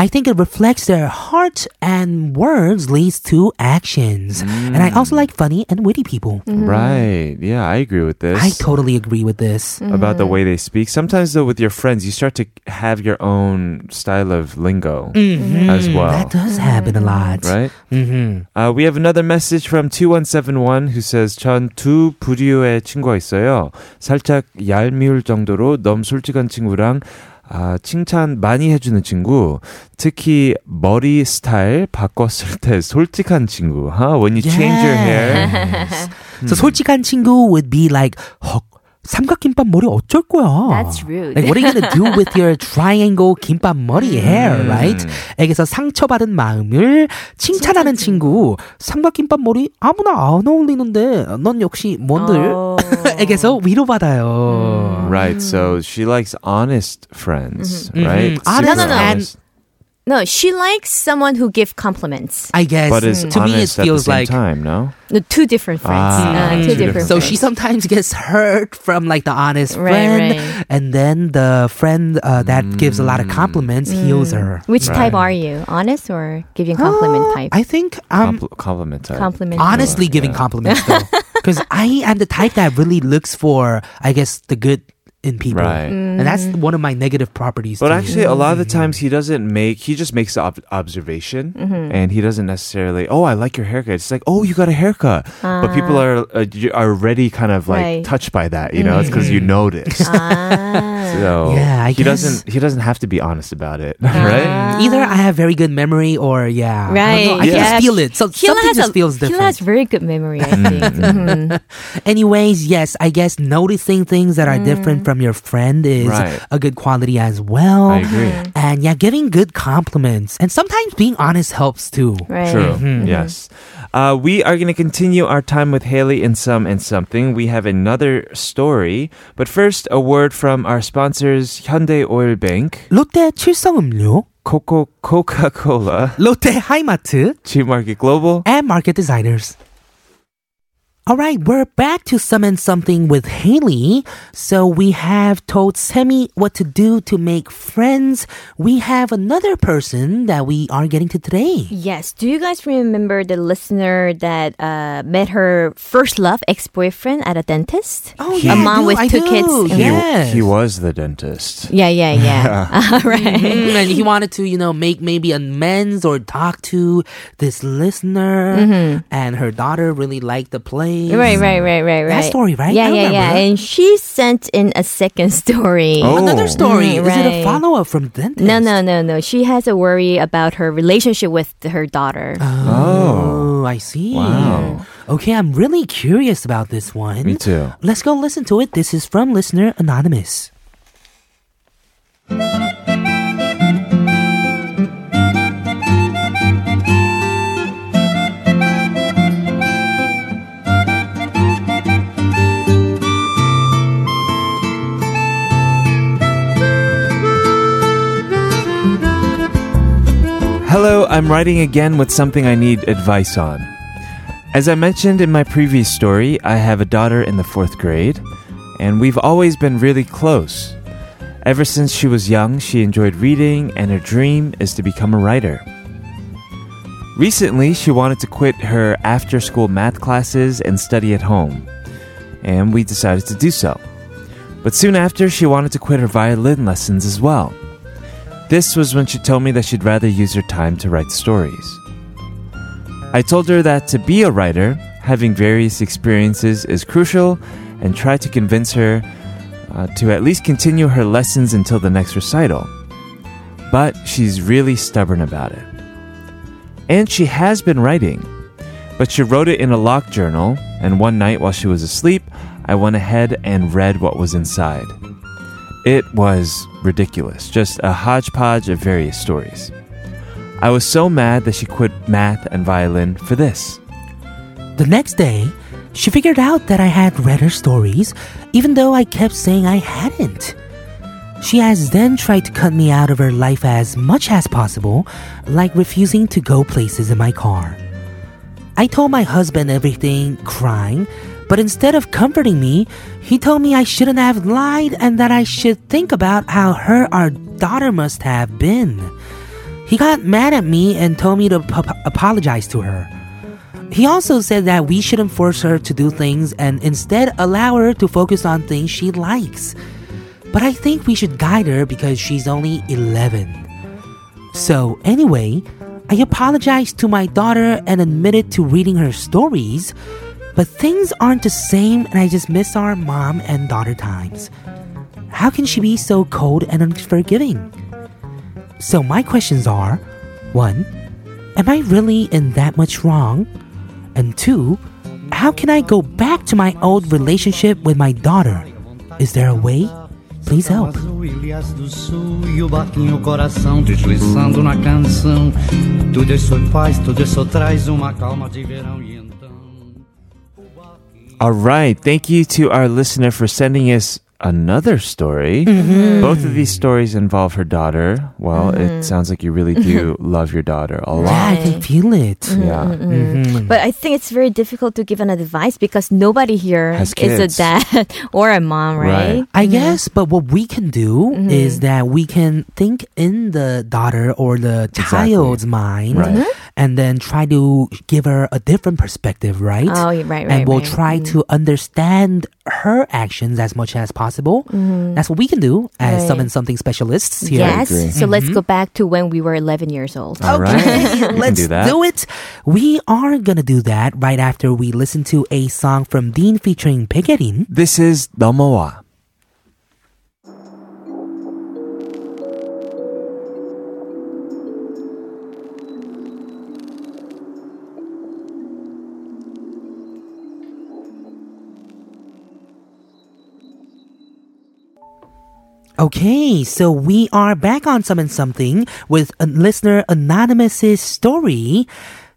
S2: I think it reflects their heart and words leads to actions. And I also
S1: Mm.
S2: like funny and witty people.
S1: Right. Yeah, I agree with this.
S2: Mm-hmm. I Mm-hmm. totally agree with this.
S1: about the way they speak. Sometimes, though, with your friends, you start to have your own style of lingo as well.
S2: Mm-hmm. That does happen a lot.
S1: Right?
S2: Mm-hmm.
S1: Uh, we have another message from 2171 who says, 전 두 부류의 친구가 있어요. 살짝 얄미울 정도로 너무 솔직한 친구랑 아, 칭찬 많이 해주는 친구, 특히 머리 스타일 바꿨을 때 솔직한 친구. Huh? When you change your hair,
S2: Yes.
S1: 음.
S2: So 솔직한 친구 would be like, 헉, 삼각김밥 머리 어쩔 거야?
S5: That's rude.
S2: Like, what are you gonna do with your triangle 김밥 머리 hair, right? 에게서 상처받은 마음을 칭찬하는 친구. 삼각김밥 머리 아무나 안 어울리는데 넌 역시 뭔들?
S5: Oh.
S2: 에게서 위로받아요.
S1: 음. right? So she likes honest friends,
S2: Mhm.
S1: right?
S2: Mm-hmm. Honest
S1: Super
S2: and-
S5: No, she likes someone who give compliments.
S2: I guess.
S1: but is
S2: to me, it
S1: honest
S2: feels
S1: at the same
S2: like.
S1: time. No,
S5: No, two different friends. Uh,
S1: Ah, two
S5: two different.
S1: different
S2: So she
S5: friends.
S2: sometimes gets hurt from like the honest
S5: Right,
S2: friend,
S5: right.
S2: and then the friend uh, that gives a lot of
S1: Mm.
S2: compliments heals her.
S5: Which type are you? Honest or giving compliment
S2: Uh,
S5: type?
S2: I think um,
S1: Compl- compliment her.
S5: compliment.
S2: honestly giving compliments though, because I am the type that really looks for, I guess, the good in people,
S1: Right.
S2: and that's one of my negative properties. too.
S1: But actually, a lot of the times he doesn't make. He just makes the ob- observation, and he doesn't necessarily. Oh, I like your haircut. It's like, oh, you got a haircut. but people are uh, you are already kind of like
S5: Right.
S1: touched by that. You know, it's because you
S5: Ah.
S1: noticed. so
S2: Yeah, I
S1: he
S2: guess.
S1: doesn't. He doesn't have to be honest about it, right?
S2: Either I have very good memory, or yeah, I, don't know. I
S5: Right.
S2: can
S5: yeah.
S2: just feel it. So
S5: Hila
S2: something
S5: has
S2: just
S5: a-
S2: feels different. Mm.
S5: Hila has very good memory, I think. Mhm.
S2: Anyways, yes, I guess noticing things that are
S5: Mm.
S2: different from your friend is
S1: Right.
S2: a good quality as well.
S1: I agree.
S2: And yeah, giving good compliments and sometimes being honest helps too.
S5: Right.
S1: True.
S2: Mm-hmm.
S1: Yes. Uh, we are going to continue our time with Haley in Some and Something. We have another story. But first, a word from our sponsors Hyundai Oil Bank,
S2: 롯데 출성음료,
S1: Coco Coca Cola,
S2: 롯데 하이마트,
S1: G Market Global.
S2: and market designers. All right, we're back to summon something with Haley. So we have told Semi what to do to make friends. We have another person that we are getting to today.
S5: Yes. Do you guys remember the listener that uh, met her first love ex boyfriend at a dentist?
S2: Oh,
S5: A mom with two kids.
S1: He,
S2: Yes.
S1: he was the dentist.
S5: Yeah, yeah, yeah. right.
S2: Mm, and he wanted to, you know, make maybe amends or talk to this listener. And her daughter really liked the play.
S5: Mm-hmm. Right, right, right, right, right.
S2: That story, right?
S5: Yeah,
S2: I
S5: yeah, yeah.
S2: remember. Oh.
S5: And she sent in a second story.
S2: Another story.
S5: Mm,
S2: Is it a
S5: right.
S2: follow up from dentist?
S5: No, no, no, no. She has a worry about her relationship with her daughter.
S2: Um. Oh,
S1: Oh.
S2: I see.
S1: Wow.
S2: Okay, I'm really curious about this one.
S1: Me too.
S2: Let's go listen to it. This is from listener Anonymous.
S1: Hello, I'm writing again with something I need advice on. As I mentioned in my previous story, I have a daughter in the fourth grade, and we've always been really close. Ever since she was young, she enjoyed reading, and her dream is to become a writer. Recently, she wanted to quit her after school math classes and study at home, and we decided to do so. But soon after, she wanted to quit her violin lessons as well. This was when she told me that she'd rather use her time to write stories. I told her that to be a writer, having various experiences is crucial, and tried to convince her uh, to at least continue her lessons until the next recital. But she's really stubborn about it. And she has been writing, but she wrote it in a locked journal, and one night while she was asleep, I went ahead and read what was inside. It was ridiculous, just a hodgepodge of various stories. I was so mad that she quit math and violin for this.
S2: The next day, she figured out that I had read her stories, even though I kept saying I hadn't. She has then tried to cut me out of her life as much as possible, like refusing to go places in my car. I told my husband everything, crying, but instead of comforting me, he told me I shouldn't have lied and that I should think about how her our daughter must have been. He got mad at me and told me to p- apologize to her. He also said that we shouldn't force her to do things and instead allow her to focus on things she likes. But I think we should guide her because she's only 11. So, anyway, I apologized to my daughter and admitted to reading her stories, but things aren't the same and I just miss our mom and daughter times. How can she be so cold and unforgiving? So, my questions are 1. Am I really in that much wrong? And two, how can I go back to my old relationship with my daughter? Is there a way? Please help.
S8: Azul, ilhas do sul e o barquinho coração deslizando na canção. Tudo isso faz, tudo isso traz uma calma de verão e então.
S1: All right, thank you to our listener for sending us another story. Both of these stories involve her daughter. Well, it sounds like you really do love your daughter a
S2: Yeah,
S1: lot.
S2: I can feel it. Mm-hmm.
S1: Yeah.
S5: But I think it's very difficult to give an advice because nobody here
S1: Has
S5: is
S1: kids.
S5: a dad or a mom, right?
S1: Right.
S2: I guess, but what we can do is that we can think in the daughter or the
S1: Exactly.
S2: child's mind Mm-hmm.
S1: Right. Mhm.
S2: and then try to give her a different perspective, right?
S5: Oh, yeah, right, right.
S2: and we'll
S5: right.
S2: try to understand her actions as much as possible. That's what we can do as
S5: Right.
S2: some and something specialists here.
S5: Yes.
S1: agree.
S5: So let's
S2: Mm-hmm.
S5: go back to when we were 11 years old.
S2: Uh.
S1: All right. We can
S2: Let's
S1: do that.
S2: it. We are gonna do that right after we listen to a song from Dean featuring Pekerin.
S1: This is 넘어와.
S2: Okay, so we are back on Summon Something with a listener Anonymous's story.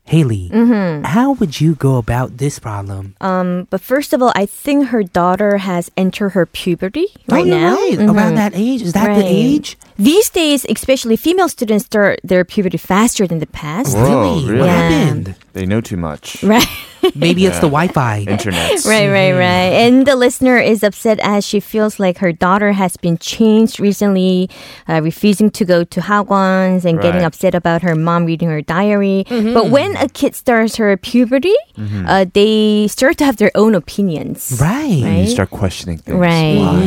S2: Haley,
S5: Mm-hmm.
S2: how would you go about this problem?
S5: Um, but first of all, I think her daughter has entered her puberty right
S2: oh, you're
S5: now.
S2: right.
S5: Mhm.
S2: around that age. Is that the
S5: Right.
S2: age?
S5: These days, especially female students start their puberty faster than the past.
S1: Whoa,
S2: really?
S1: really?
S2: What
S5: Yeah.
S2: happened?
S1: They know too much.
S5: Right.
S2: Maybe it's the Wi-Fi.
S1: Internet.
S5: Right, right, right. And the listener is upset as she feels like her daughter has been changed recently, uh, refusing to go to Hagwons and getting
S1: Right.
S5: upset about her mom reading her diary. But when a kid starts her puberty, uh, they start to have their own opinions.
S2: Right.
S1: And you
S5: Right.
S1: start questioning things.
S5: Right.
S1: Why?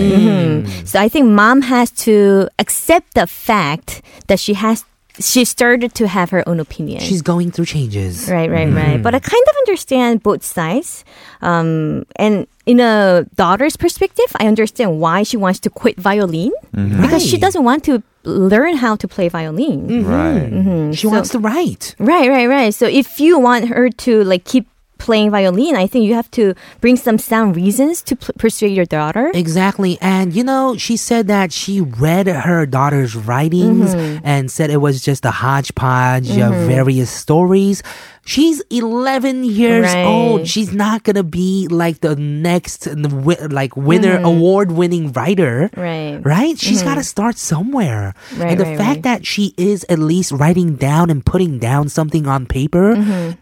S5: Mhm. So I think mom has to accept the fact that she has she started to have her own opinion.
S2: She's going through changes.
S5: Right, right, right. But I kind of understand both sides. Um, and in a daughter's perspective, I understand why she wants to quit violin because she
S2: Right.
S5: doesn't want to learn how to play violin.
S1: Mm. Right.
S2: She wants to write.
S5: Right, right, right. So if you want her to like keep playing violin, I think you have to bring some sound reasons to p- persuade your daughter.
S2: Exactly. And, you know, she said that she read her daughter's writings
S5: Mm-hmm.
S2: and said it was just a hodgepodge of various stories. She's 11 years
S5: Right.
S2: old. She's not going to be like the next, wi- like, winner,
S5: Mm-hmm.
S2: award winning writer.
S5: Right.
S2: Right? She's got to start somewhere.
S5: Mm-hmm. Right,
S2: and the
S5: right,
S2: fact that she is at least writing down and putting down something on paper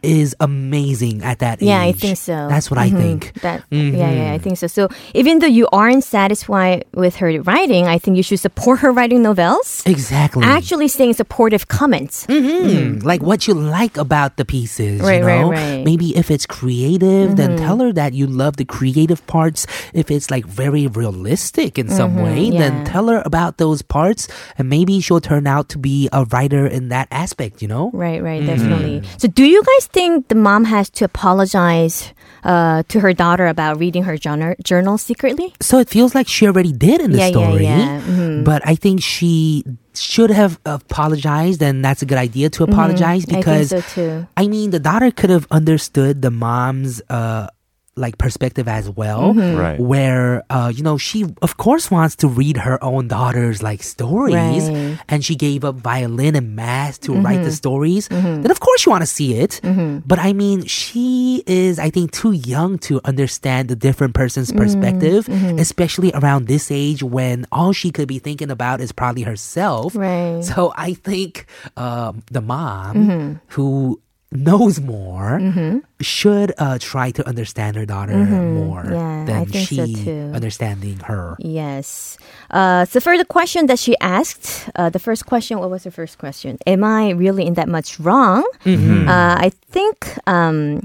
S2: is amazing at that age.
S5: Mm-hmm. Yeah, I think so. Mm-hmm.
S2: That's what I think.
S5: That yeah, yeah, I think so. So even though you aren't satisfied with her writing, I think you should support her writing novels.
S2: Exactly.
S5: Actually, saying supportive comments.
S2: Mm, like what you like about the pieces.
S5: Mm-hmm. Right,
S2: you
S5: right,
S2: know?
S5: right. Mm-hmm.
S2: Maybe if it's creative, then tell her that you love the creative parts. If it's like very realistic in some way, then
S5: Mm-hmm, yeah.
S2: tell her about those parts, and maybe she'll turn out to be a writer in that aspect. You know.
S5: Right, right, definitely.
S2: Mm-hmm.
S5: So, do you guys think the mom has to apologize uh, to her daughter about reading her journal, journal secretly?
S2: So it feels like she already did in the
S5: Yeah, yeah,
S2: story,
S5: yeah. Mhm.
S2: but I think she should have apologized, and that's a good idea to apologize because
S5: Mm-hmm. I think so too.
S2: I mean, the daughter could have understood the mom's uh like perspective as well,
S5: Mm-hmm.
S1: Right.
S2: where uh you know she of course wants to read her own daughter's like stories,
S5: Right.
S2: and she gave up violin and math to write the stories. Then of course you want to see it, but I mean, she is I think too young to understand the different person's perspective, especially around this age when all she could be thinking about is probably herself.
S5: Right.
S2: So I think um, the mom
S5: Mm-hmm.
S2: who knows more should uh, try to understand her daughter more
S5: Mm-hmm. Yeah, I
S2: than
S5: think
S2: she
S5: so too.
S2: understanding her.
S5: Yes. Uh, so, for the question that she asked, uh, the first question, what was the first question? Am I really in that much wrong?
S2: Mm-hmm.
S5: Uh, I think. Um,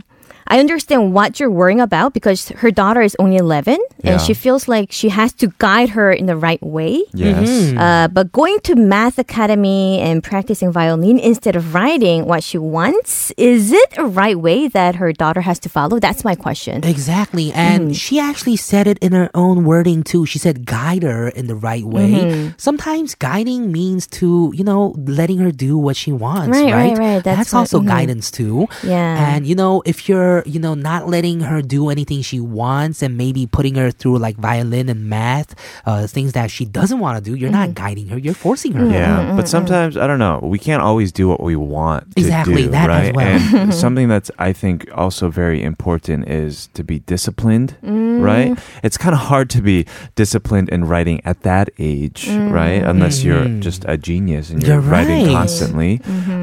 S5: I understand what you're worrying about because her daughter is only 11
S1: Yeah.
S5: and she feels like she has to guide her in the right way.
S1: Yes.
S2: Mm-hmm. Hmm.
S5: Uh, but going to math academy and practicing violin instead of writing what she wants, is it a right way that her daughter has to follow? That's my question.
S2: Exactly.
S5: Mm-hmm.
S2: And she actually said it in her own wording too. She said guide her in the right way.
S5: Mm-hmm.
S2: Sometimes guiding means to, you know, letting her do what she wants,
S5: Right, right,
S2: right?
S5: right. That's
S2: also
S5: what- mhm.
S2: guidance too.
S5: Yeah.
S2: And you know, if you're her, you know, not letting her do anything she wants and maybe putting her through like violin and math, uh, things that she doesn't want to do. You're not
S5: Mm-hmm.
S2: guiding her, you're forcing her.
S1: Yeah, but sometimes I don't know. We can't always do what we want. To
S2: Exactly,
S1: do,
S2: that
S1: right?
S2: as well.
S1: And something that's I think also very important is to be disciplined.
S2: Mm.
S1: Right? It's kind of hard to be disciplined in writing at that age, right? Unless you're just a genius and you're
S2: Mm. You're
S1: writing
S2: right. Mm-hmm.
S1: constantly.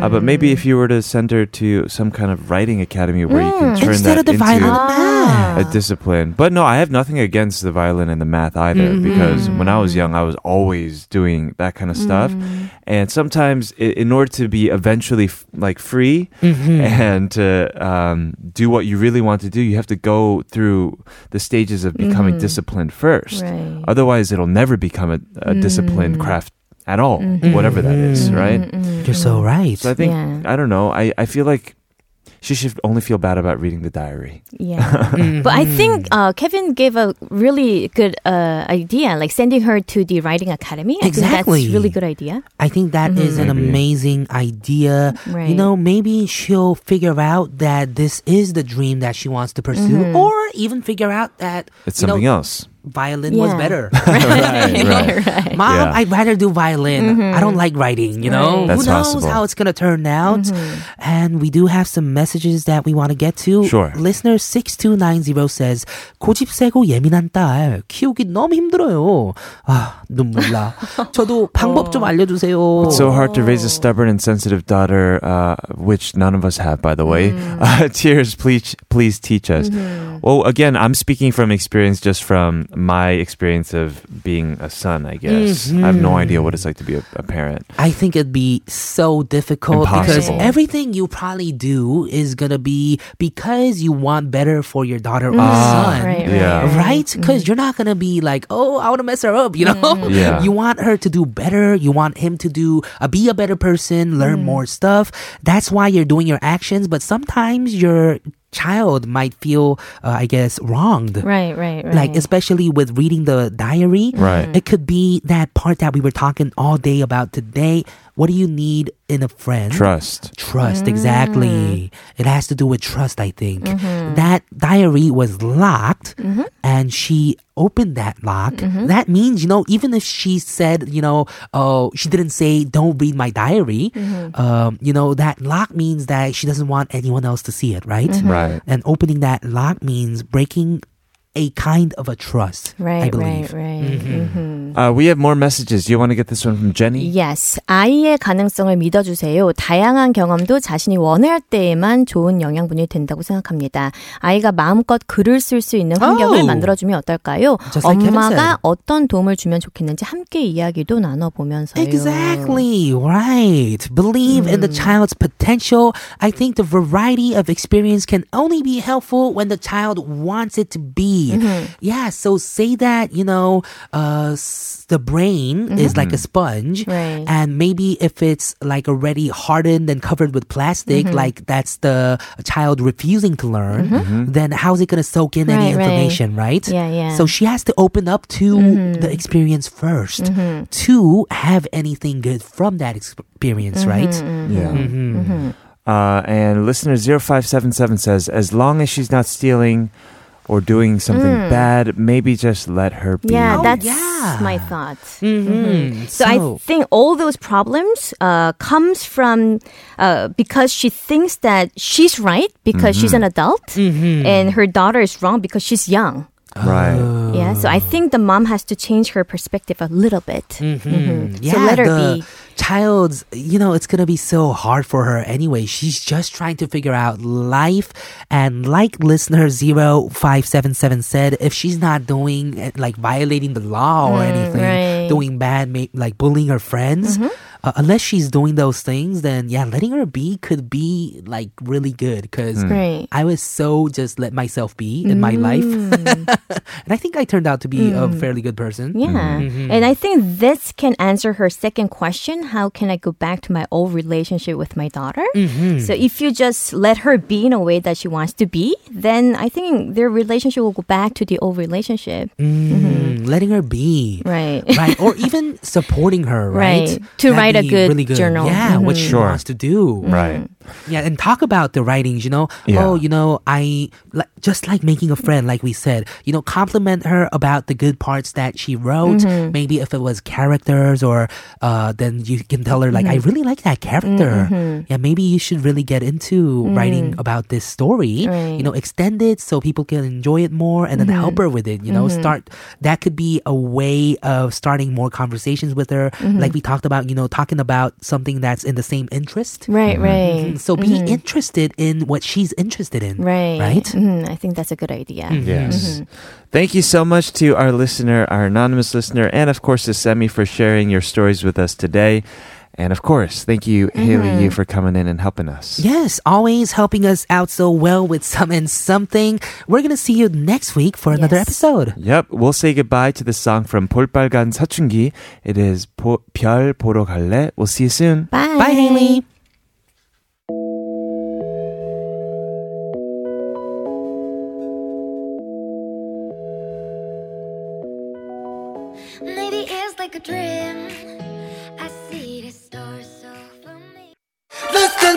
S1: Uh, but maybe if you were to send her to some kind of writing academy where you can turn
S2: Mm. Instead
S1: that
S2: of the
S1: into
S2: violin and math.
S5: Uh-huh.
S1: a discipline. But no, I have nothing against the violin and the math either
S5: Mm-hmm.
S1: because when I was young, I was always doing that kind of stuff.
S5: Mm-hmm.
S1: And sometimes, i- in order to be eventually f- like free
S5: Ah.
S2: Mm-hmm.
S5: Mm-hmm.
S1: and to um, do what you really want to do, you have to go through the stages of becoming disciplined first.
S5: Mm-hmm. Right. Mm.
S1: Otherwise, it'll never become a, a disciplined craft at all, whatever that is, right?
S2: You're so right.
S1: So I think,
S5: Mm-hmm. Yeah.
S1: I don't know, I, I feel like she should only feel bad about reading the diary.
S5: Yeah.
S2: Mm-hmm.
S5: but I think
S2: Hmm.
S5: uh, Kevin gave a really good uh, idea, like sending her to the writing academy. I think
S2: Exactly.
S5: that's really good idea.
S2: I think that is an
S1: Maybe.
S2: amazing idea. You
S5: Mm-hmm. Right.
S2: know, maybe she'll figure out that this is the dream that she wants to pursue,
S5: Mm-hmm.
S2: or even figure out that
S1: It's
S2: you know,
S1: something else.
S2: Violin was
S5: Yeah.
S2: better.
S1: right, right.
S2: Mom,
S1: Yeah.
S2: I'd rather do violin. I
S5: Mm-hmm.
S2: don't like writing, you know?
S1: That's
S2: Who knows
S1: possible.
S2: how it's going to turn out?
S5: Mm-hmm.
S2: And we do have some messages that we want to get to.
S1: Sure.
S2: Listener 6290 says, 고집 세고 예민한 딸, 키우기 너무 힘들어요. 아, 눈물 나. 저도 방법 좀 알려주세요.
S1: It's so hard to raise a stubborn and sensitive daughter, uh, which none of us have, by the way. Uh, tears, please, please teach us. Well, again, I'm speaking from experience, just from my experience of being a son. I guess I have no idea what it's like to be a, a parent.
S2: I think it'd be so difficult because
S1: Impossible.
S2: everything you probably do is going to be because you want better for your daughter or son.
S5: Mm-hmm. Ah, Right, Mm-hmm. right.
S1: Yeah.
S2: right? Because you're not gonna be like, oh, I want to mess her up, you know.
S5: Mm-hmm.
S1: Yeah.
S2: You want her to do better. You want him to do uh, be a better person, learn
S5: Mm-hmm.
S2: more stuff. That's why you're doing your actions. But sometimes your child might feel, uh, I guess, wronged.
S5: Right, right, right.
S2: Like especially with reading the diary,
S1: Right.
S2: it could be that part that we were talking all day about today. What do you need in a friend?
S1: Trust.
S2: Trust,
S5: Mm.
S2: exactly. It has to do with trust, I think.
S5: Mm-hmm.
S2: That diary was locked and she opened that lock.
S5: Mm-hmm.
S2: That means, you know, even if she said, you know, oh, she didn't say, don't read my diary,
S5: Mm-hmm.
S2: um, you know, that lock means that she doesn't want anyone else to see it, right?
S5: Mm-hmm.
S1: Right.
S2: And opening that lock means breaking a kind of a trust,
S5: right,
S2: I believe. Mm-hmm.
S5: right, right. Mhm.
S1: Uh, we have more messages. Do you want to get this one from Jenny?
S5: Yes. 아이의 가능성을 믿어주세요. 다양한 경험도 자신이 원할 때에만 좋은 영양분이 된다고 생각합니다. 아이가 마음껏 글을 쓸 수 있는 환경을
S2: Oh.
S5: 만들어주면 어떨까요?
S2: Just like Kevin said.
S5: 엄마가 어떤 도움을 주면 좋겠는지 함께 이야기도 나눠보면서요.
S2: Exactly, right. Believe in
S5: Mm.
S2: the child's potential. I think the variety of experience can only be helpful when the child wants it to be.
S5: Mm-hmm.
S2: Yeah, so say that, you know, uh, s- the brain is like a sponge.
S5: Mm-hmm. Right.
S2: And maybe if it's like already hardened and covered with plastic,
S5: Mm-hmm.
S2: like that's the child refusing to learn, then how's it going to soak in any
S5: Mm-hmm. Right, right.
S2: information, right?
S5: Yeah, yeah. Mm-hmm.
S2: So she has to open up to the experience 1st to have anything good from that experience, right?
S5: Mm-hmm.
S1: Yeah. Mm-hmm. Uh, and listener 0577 says, as long as she's not stealing or doing something bad, maybe just let her be.
S5: Mm. Yeah,
S2: Oh,
S5: that's
S2: yeah.
S5: my thought.
S2: Mm-hmm.
S5: So, I think all those problems uh, comes from uh, because she thinks that she's right because she's
S2: Mm-hmm.
S5: an adult and her daughter is wrong because she's young.
S1: right.
S5: Yeah, so I think the mom has to change her perspective a little bit. Mhm.
S2: Mm-hmm. yeah,
S5: so let her
S2: the
S5: be.
S2: child's, you know, it's going to be so hard for her anyway. She's just trying to figure out life. And like listener 0577 said, if she's not doing, eh, like, violating the law or anything,
S5: Mm, right. Mm-hmm.
S2: doing bad, ma- like, bullying her friends, uh, unless she's doing those things, then yeah, letting her be could be, like, really good. Because
S5: Mm. Right.
S2: I was so just let myself be in my life.
S5: Mm.
S2: and I think I turned out to be a fairly good person.
S5: Yeah. And I think this can answer her second question how can I go back to my old relationship with my daughter? So if you just let her be in a way that she wants to be, then I think their relationship will go back to the old relationship.
S2: Mm, letting her be.
S5: Mm-hmm. Right.
S2: right or even supporting her right,
S5: Right. To
S2: That'd
S5: write a
S2: be
S5: good journal. Mm-hmm.
S2: yeah what she
S1: Sure.
S2: wants to do
S1: Right.
S2: Yeah, and talk about the writings, you know.
S1: Yeah.
S2: Oh, you know, I like just like making a friend, like we said, you know, compliment her about the good parts that she wrote. Maybe if it was characters or uh then you can tell her like I really like that character. Yeah, maybe you should really get into writing about this story. You know, extend it so people can enjoy it more and then help her with it, you know. Start that could be a way of starting more conversations with her. Like we talked about, you know, talking about something that's in the same interest.
S5: Right, right.
S2: Mm-hmm. So be interested in what she's interested in.
S5: Mm-hmm. Right.
S2: Right?
S5: Mhm, I think that's a good idea.
S1: Mm-hmm.
S5: Mm-hmm.
S1: Yes. Thank you so much to our listener, our anonymous listener, and of course to Semi for sharing your stories with us today. And of course, thank you,
S5: Mm-hmm.
S1: Haley, you for coming in and helping us.
S2: Yes, always helping us out so well with some and something. We're going to see you next week for another
S5: Yes.
S2: episode.
S1: Yep, we'll say goodbye to the song from 볼빨간 사춘기. It is 보, 별 보러 갈래. We'll see you soon.
S5: Bye.
S2: Bye, Haley.
S9: Maybe it's like a dream. I see the stars so for me.
S3: Listen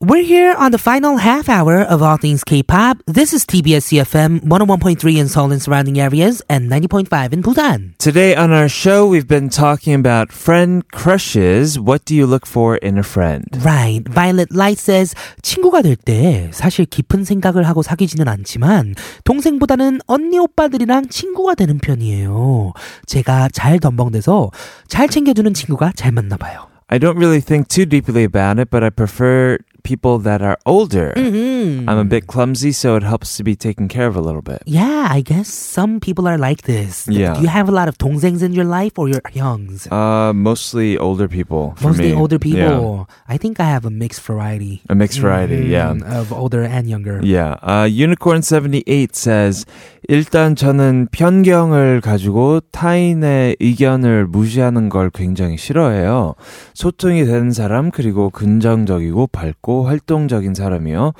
S2: We're here on the final half hour of All Things K-Pop. This is TBS CFM 101.3 in Seoul and surrounding areas and 90.5 in Busan.
S1: Today on our show, we've been talking about friend crushes. What do you look for in a friend?
S2: Right. Violet Light says 친구가 될 때 사실 깊은 생각을 하고 사귀지는 않지만 동생보다는 언니 오빠들이랑 친구가 되는 편이에요. 제가 잘 덤벙대서 잘 챙겨주는 친구가 잘 맞나 봐요.
S1: I don't really think too deeply about it, but I prefer people that are older.
S2: Mm-hmm.
S1: I'm a bit clumsy, so it helps to be taken care of a little bit.
S2: Yeah, I guess some people are like this.
S1: Yeah.
S2: Do you have a lot of 동생's in your life or your youngs?
S1: Uh, mostly older people. For
S2: Mostly
S1: me.
S2: older
S1: Yeah.
S2: people. I think I have a mixed variety.
S1: A mixed variety, yeah.
S2: Mm, Of older and younger.
S1: Yeah. Uh, Unicorn78 says, 일단 저는 편견을 가지고 타인의 의견을 무시하는 걸 굉장히 싫어해요. 소통이 되는 사람, 그리고 긍정적이고 밝고 활동적인 사람이요.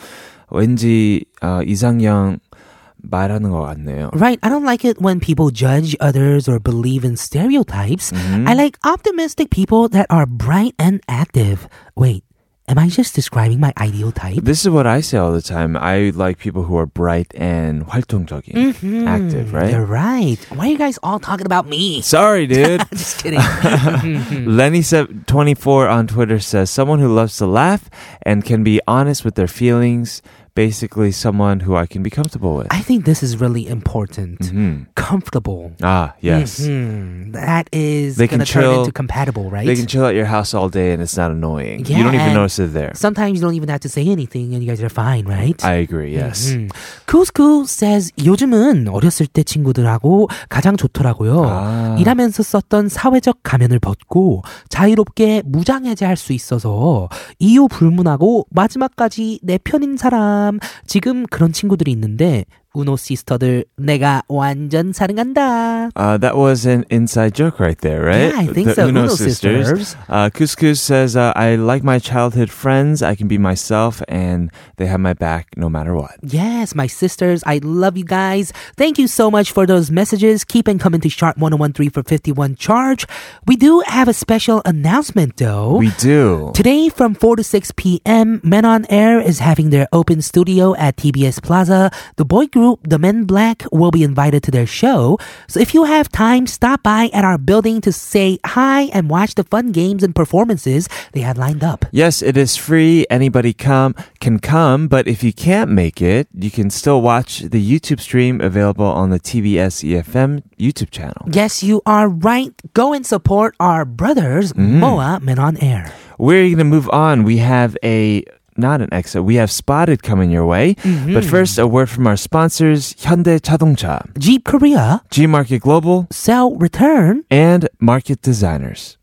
S1: 왠지 아, 이상형 말하는 것 같네요.
S2: Right. I don't like it when people judge others or believe in stereotypes.
S1: 음. Mm-hmm.
S2: I like optimistic people that are bright and active. Wait, am I just describing my ideal type?
S1: This is what I say all the time. I like people who are bright and 활동적인, active, right?
S2: You're Mm-hmm. right. Why are you guys all talking about me?
S1: Sorry, dude.
S2: Just kidding. Hmm.
S1: Lenny24 on Twitter says someone who loves to laugh and can be honest with their feelings. Basically, someone who I can be comfortable with. Hmm.
S2: I think this is really important. Comfortable.
S1: ah, Mm-hmm. yes.
S2: Mhm. That is
S1: They
S2: going to
S1: can
S2: turn
S1: chill.
S2: into compatible, right?
S1: They can chill at your house all day and it's not annoying. you don't even
S2: and
S1: notice it there.
S2: Sometimes you don't even have to say anything and you guys are fine, right? Mm-hmm.
S1: I agree, yes.
S2: 음. Cool says 요즘은 어렸을 때 친구들하고 가장 좋더라고요.
S1: 아.
S2: 일하면서 썼던 사회적 가면을 벗고 자유롭게 무장해제할 수 있어서 이유 불문하고 마지막까지 내 편인 사람 지금 그런 친구들이 있는데 우노 시스터들 내가 완전 사랑한다.
S1: Uh, that was an inside joke right there, right?
S2: Yeah, I think
S1: the
S2: so.
S1: Uno,
S2: Uno
S1: sisters.
S2: sisters.
S1: Uh, Couscous says, uh, I like my childhood friends. I can be myself and they have my back no matter what.
S2: Yes, my sisters, I love you guys. Thank you so much for those messages. Keep and coming to Sharp 1013 for 51 charge. We do have a special announcement though.
S1: We do.
S2: Today from 4 to 6 p.m., Men on Air is having their open studio at TBS Plaza. The boy group, The Men Black, will be invited to their show. So if you have time, stop by at our building to say hi and watch the fun games and performances they have lined up.
S1: Yes, it is free. Anybody come can come, but if you can't make it, you can still watch the YouTube stream available on the TBS EFM E YouTube channel.
S2: Yes, you are right. Go and support our brothers, Moa Men on Air.
S1: We're going to move on. We have a not an exit. We have Spotted coming your way. But first, a word from our sponsors, Hyundai Chadongcha,
S2: Jeep Korea,
S1: G Market Global,
S2: Sell Return.
S1: and Market Designers.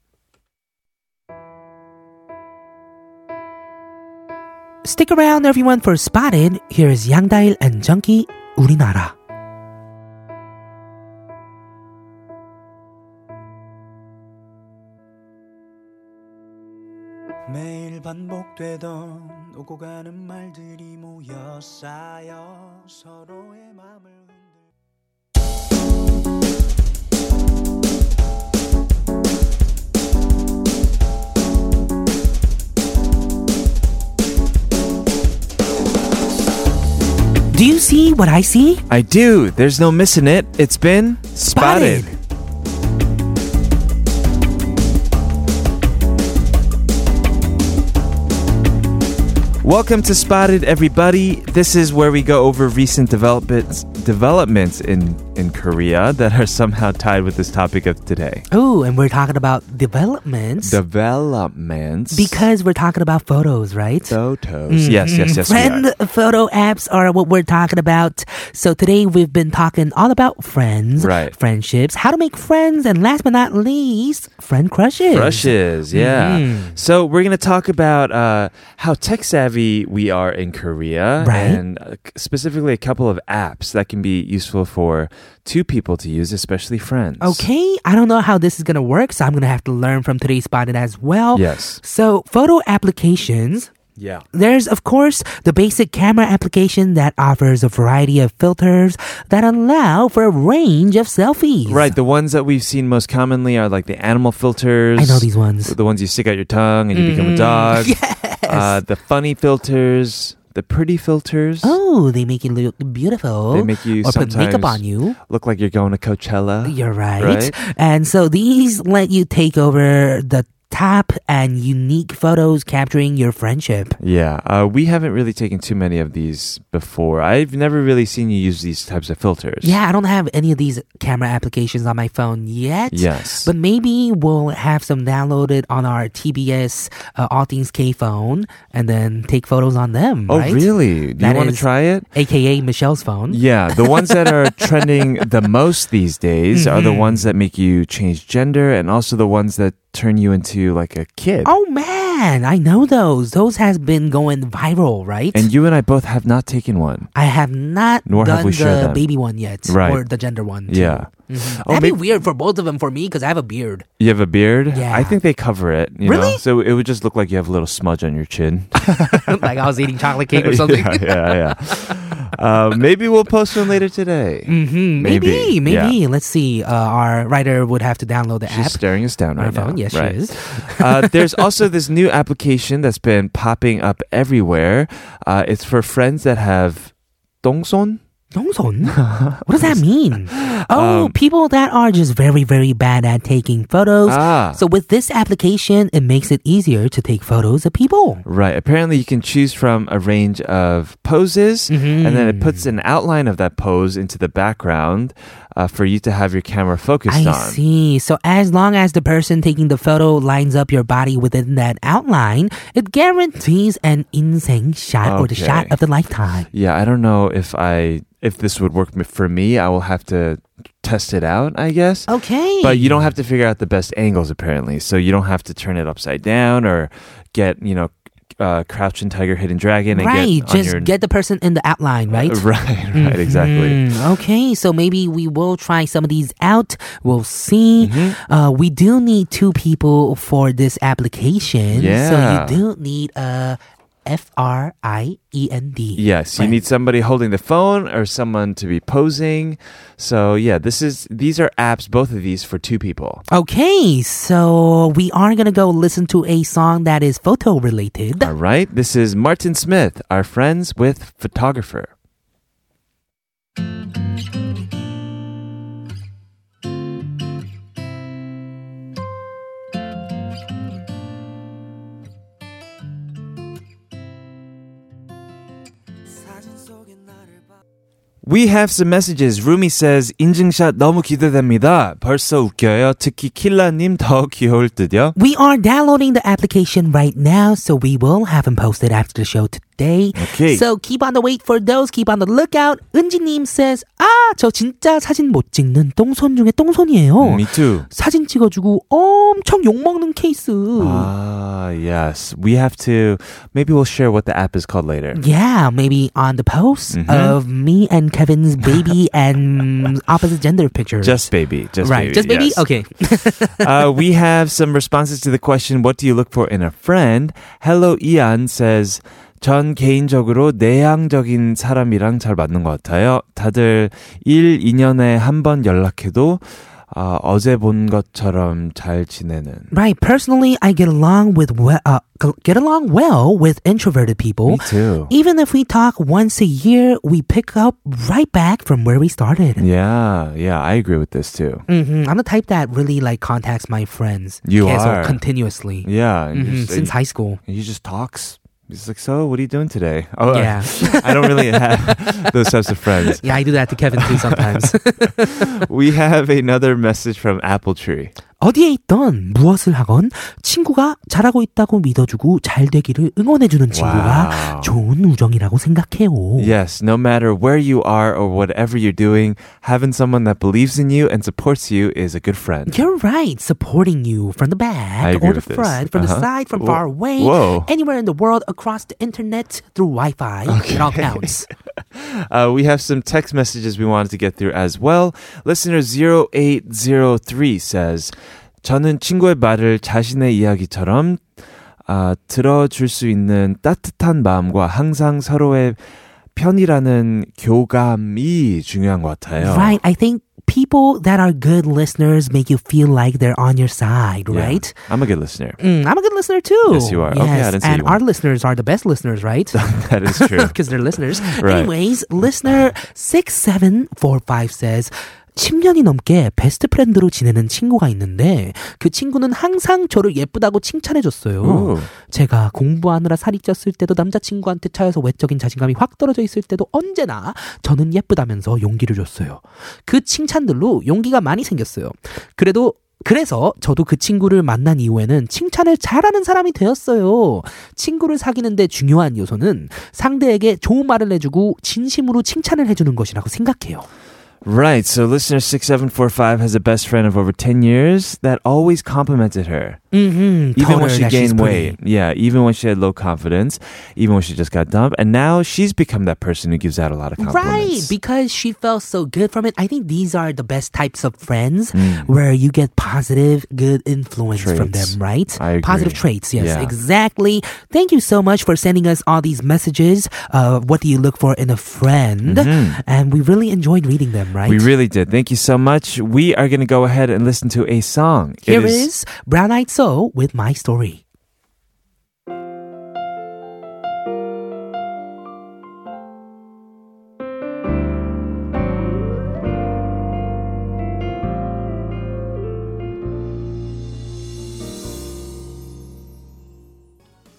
S2: Stick around, everyone, for Spotted. Here is Yang Dail and Junkie, 우리나라.
S10: 매일 반복되던 오고 가는 말들이 모여 쌓여 서로의 마음을 흔들
S2: Do you see what I see?
S1: I do. There's no missing it. It's been spotted.
S2: Spotted.
S1: Welcome to Spotted, everybody. This is where we go over recent developments developments in in Korea that are somehow tied with this topic of today.
S2: Oh, and we're talking about developments
S1: Developments
S2: because we're talking about photos, right? Mm-hmm.
S1: photos. Yes, yes, yes. we are.
S2: Friend photo apps are what we're talking about. So today we've been talking all about friends,
S1: Right.
S2: friendships, how to make friends, and last but not least, friend crushes.
S1: Brushes, yeah.
S2: Mm-hmm.
S1: So we're gonna talk about uh, how tech savvy we are in Korea,
S2: Right.
S1: and uh, c- specifically a couple of apps that can be useful for two people to use, especially friends.
S2: Okay, I don't know how this is gonna work, so I'm gonna have to learn from today's spotted as well.
S1: Yes.
S2: So photo applications.
S1: Yeah.
S2: There's, of course, the basic camera application that offers a variety of filters that allow for a range of selfies.
S1: Right. The ones that we've seen most commonly are like the animal filters.
S2: I know these ones. Mm. Mm-hmm.
S1: The ones you stick out your tongue and you become a dog. Yes. Uh, the funny filters. The pretty filters.
S2: Oh, they make you look beautiful.
S1: They make you
S2: or put makeup
S1: sometimes-
S2: on you.
S1: Look like you're going to Coachella.
S2: You're right.
S1: Right?
S2: And so these let you take over the top and unique photos capturing your friendship.
S1: Yeah, uh, we haven't really taken too many of these before. I've never really seen you use these types of filters.
S2: Yeah, I don't have any of these camera applications on my phone yet.
S1: Yes.
S2: But maybe we'll have some downloaded on our TBS uh, All Things K phone and then take photos on them.
S1: Oh,
S2: right?
S1: really? Do
S2: That
S1: you want to
S2: is- Hmm?
S1: try it?
S2: AKA Michelle's phone.
S1: Yeah, the ones that are trending the most these days are the
S2: Mm-hmm.
S1: ones that make you change gender and also the ones that turn you into like a kid.
S2: Oh man, I know those. Those has been going viral, right?
S1: And you and I both have not taken one.
S2: I have not
S1: Nor have
S2: done
S1: we shared
S2: the
S1: them.
S2: baby one yet,
S1: Right.
S2: or the gender one. too.
S1: Yeah. Oh,
S2: That'd
S1: maybe-
S2: be weird for both of them. For me, because I have a beard.
S1: You have a beard?
S2: Yeah.
S1: I think they cover it. You Know?
S2: Really?
S1: So it would just look like you have a little smudge on your chin.
S2: like I was eating chocolate cake or something.
S1: yeah, yeah, yeah. Uh, maybe we'll post one later today.
S2: hmm
S1: Maybe,
S2: Maybe, maybe.
S1: yeah.
S2: Let's see. Uh, our writer would have to download the
S1: She's
S2: app.
S1: staring us down
S2: on
S1: right
S2: her phone.
S1: now.
S2: Yes,
S1: right.
S2: she is.
S1: uh, there's also this new application that's been popping up everywhere. Uh, it's for friends that have 동손.
S2: Dongson? what does that mean?
S1: Um,
S2: Oh, people that are just very, very bad at taking photos.
S1: Ah.
S2: So with this application, it makes it easier to take photos of people.
S1: Right. Apparently, you can choose from a range of poses, and then it puts
S2: Mm-hmm.
S1: an outline of that pose into the background uh, for you to have your camera focused
S2: I
S1: on.
S2: see. So as long as the person taking the photo lines up your body within that outline, it guarantees an insane shot or the
S1: Okay.
S2: shot of the lifetime.
S1: Yeah, I don't know if I if this would work m- for me. I will have to test it out, I guess.
S2: Okay.
S1: But you don't have to figure out the best angles apparently. So you don't have to turn it upside down or get you know uh, crouching tiger, hidden dragon, and
S2: right.
S1: get on
S2: just
S1: your-
S2: get the person in the outline, right?
S1: right, right, exactly.
S2: Mm, okay, so maybe we will try some of these out. We'll see.
S1: Mm-hmm.
S2: Uh, we do need two people for this application.
S1: Yeah.
S2: So you do need a F R I E N D.
S1: Yes, you
S2: Right.
S1: need somebody holding the phone or someone to be posing. So yeah, this is these are apps, both of these for two people.
S2: Okay, so we are gonna go listen to a song that is photo related.
S1: All right, this is Martin Smith, our friends with photographer. We have some messages. Rumi says 인증샷 너무 기대됩니다. 벌써 웃겨요. 특히 킬라님 더 귀여울 듯요.
S2: We are downloading the application right now, so we will have them posted after the show birthday.
S1: Okay.
S2: So keep on the wait for those. Keep on the lookout. 은지님 says, 아, 저 진짜 사진 못 찍는 똥손 중에 똥손이에요.
S1: Me too.
S2: 사진 찍어주고 엄청 욕먹는 케이스.
S1: Ah, yes. We have to. Maybe we'll share what the app is called later.
S2: Yeah, maybe on the post
S1: Mhm.
S2: of me and Kevin's baby and opposite gender pictures.
S1: Just baby. Just
S2: right,
S1: baby.
S2: just baby.
S1: yes.
S2: Okay.
S1: uh, we have some responses to the question, what do you look for in a friend? Hello, Ian says, 전 개인적으로 내향적인 사람이랑 잘 맞는 것 같아요. 다들 1, 2년에 한 번 연락해도 아, 어제 본 것처럼 잘 지내는.
S2: Right. Personally, I get along with we- uh, get along well with introverted people.
S1: Me too.
S2: Even if we talk once a year, we pick up right back from where we started.
S1: Yeah, yeah, I agree with this too.
S2: hmm I'm the type that really like contacts my friends.
S1: You
S2: 계속
S1: are.
S2: continuously.
S1: Yeah. and
S2: Mhm,
S1: you just-
S2: Since high school.
S1: He just talks. He's like, so what are you doing today? Oh, uh,
S2: Yeah.
S1: I don't really have those types of friends.
S2: Yeah, I do that to Kevin too sometimes.
S1: We have another message from Apple Tree.
S2: 어디에 있던 무엇을 하건 친구가 잘하고 있다고 믿어주고 잘 되기를 응원해주는 친구가
S1: Wow.
S2: 좋은 우정이라고 생각해요.
S1: Yes, no matter where you are or whatever you're doing, having someone that believes in you and supports you is a good friend.
S2: You're right. Supporting you from the
S1: I
S2: back
S1: agree
S2: or the
S1: with this.
S2: front, from
S1: Uh-huh.
S2: the side, from
S1: Whoa-
S2: far away,
S1: whoa.
S2: anywhere in the world, across the internet, through Wi-Fi. It all counts.
S1: Uh, we have some text messages we wanted to get through as well. Listener 0803 says, 저는 친구의 말을 자신의 이야기처럼 아, 들어줄 수 있는 따뜻한 마음과 항상 서로의 편이라는 교감이 중요한 것 같아요.
S2: Right. I think people that are good listeners make you feel like they're on your side,
S1: Yeah.
S2: right?
S1: I'm a good listener.
S2: Mm, I'm a good listener too.
S1: Yes, you are. Okay, I
S2: Yes,
S1: didn't see
S2: and
S1: you
S2: our
S1: were.
S2: listeners are the best listeners, right?
S1: that is true.
S2: Because they're listeners.
S1: Right.
S2: Anyways, listener 6745 says 10년이 넘게 베스트 프렌드로 지내는 친구가 있는데 그 친구는 항상 저를 예쁘다고 칭찬해줬어요.
S1: Ooh.
S2: 제가 공부하느라 살이 쪘을 때도 남자친구한테 차여서 외적인 자신감이 확 떨어져 있을 때도 언제나 저는 예쁘다면서 용기를 줬어요. 그 칭찬들로 용기가 많이 생겼어요. 그래도 그래서 저도 그 친구를 만난 이후에는 칭찬을 잘하는 사람이 되었어요. 친구를 사귀는데 중요한 요소는 상대에게 좋은 말을 해주고 진심으로 칭찬을 해주는 것이라고 생각해요.
S1: Right. So listener 6745 has a best friend of over 10 years that always complimented her.
S2: 음,
S1: Even when she gained weight. Yeah. Even when she had low confidence. Even when she just got dumped. And now she's become that person who gives out a lot of
S2: Right,
S1: compliments.
S2: because she felt so good from it. I think these are the best types of friends
S1: Mm.
S2: where you get positive, good influence from them,
S1: Traits.
S2: right?
S1: I agree.
S2: Positive traits, yes,
S1: Yeah.
S2: exactly. Thank you so much for sending us all these messages. Uh, what do you look for in a friend? And we really enjoyed reading them, right?
S1: Mm-hmm. We really did. Thank you so much. We are going to go ahead and listen to a song.
S2: Here is Brown Eyed Soul with My Story.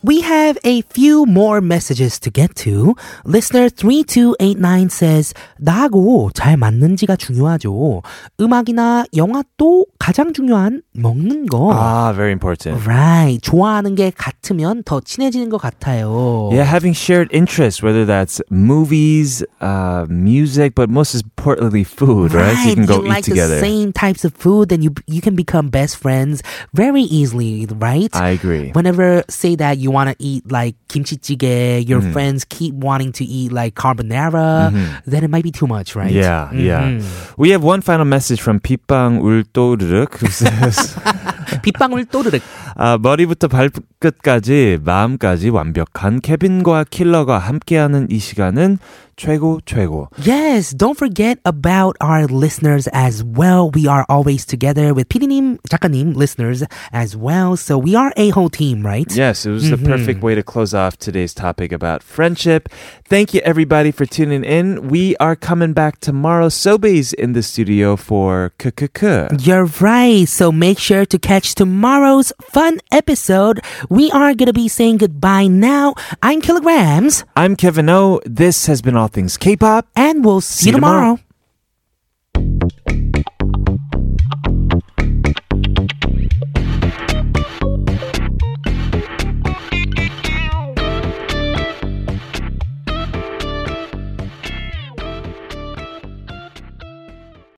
S2: We have a few more messages to get to. Listener 3289 says, 나하고 잘 맞는지가 중요하죠. 음악이나 영화 또 가장 중요한 먹는 거.
S1: Ah, very important.
S2: Right. 좋아하는 게 같으면 더 친해지는 것 같아요.
S1: Yeah, having shared interests, whether that's movies, uh, music, but most importantly, food, right? So you can go eat
S2: like
S1: together.
S2: the same types of food, then you you can become best friends very easily, right?
S1: I agree.
S2: Whenever say that you want to eat like kimchi jjigae,
S1: Mm-hmm.
S2: your friends keep wanting to eat like carbonara, then it might be too much, right? Mm-hmm.
S1: Yeah, yeah. We have one final message from Pipang Ultoruk who says,
S2: 빗방울 또르륵.
S1: 아, 머리부터 발끝까지 마음까지 완벽한 케빈과 킬러가 함께하는 이 시간은 최고 최고.
S2: Yes, don't forget about our listeners as well. We are always together with PD님, 작가님, listeners as well. So we are a whole team, right?
S1: Yes, it was the perfect way to close off today's topic about friendship. Thank you everybody for tuning in. We are coming back tomorrow. Sobe's in the studio for KKK.
S2: You're right. So make sure to catch tomorrow's fun episode. We are going to be saying goodbye now. I'm Kilograms,
S1: I'm Kevin O. This has been All Things K-pop.
S2: and we'll see, you tomorrow.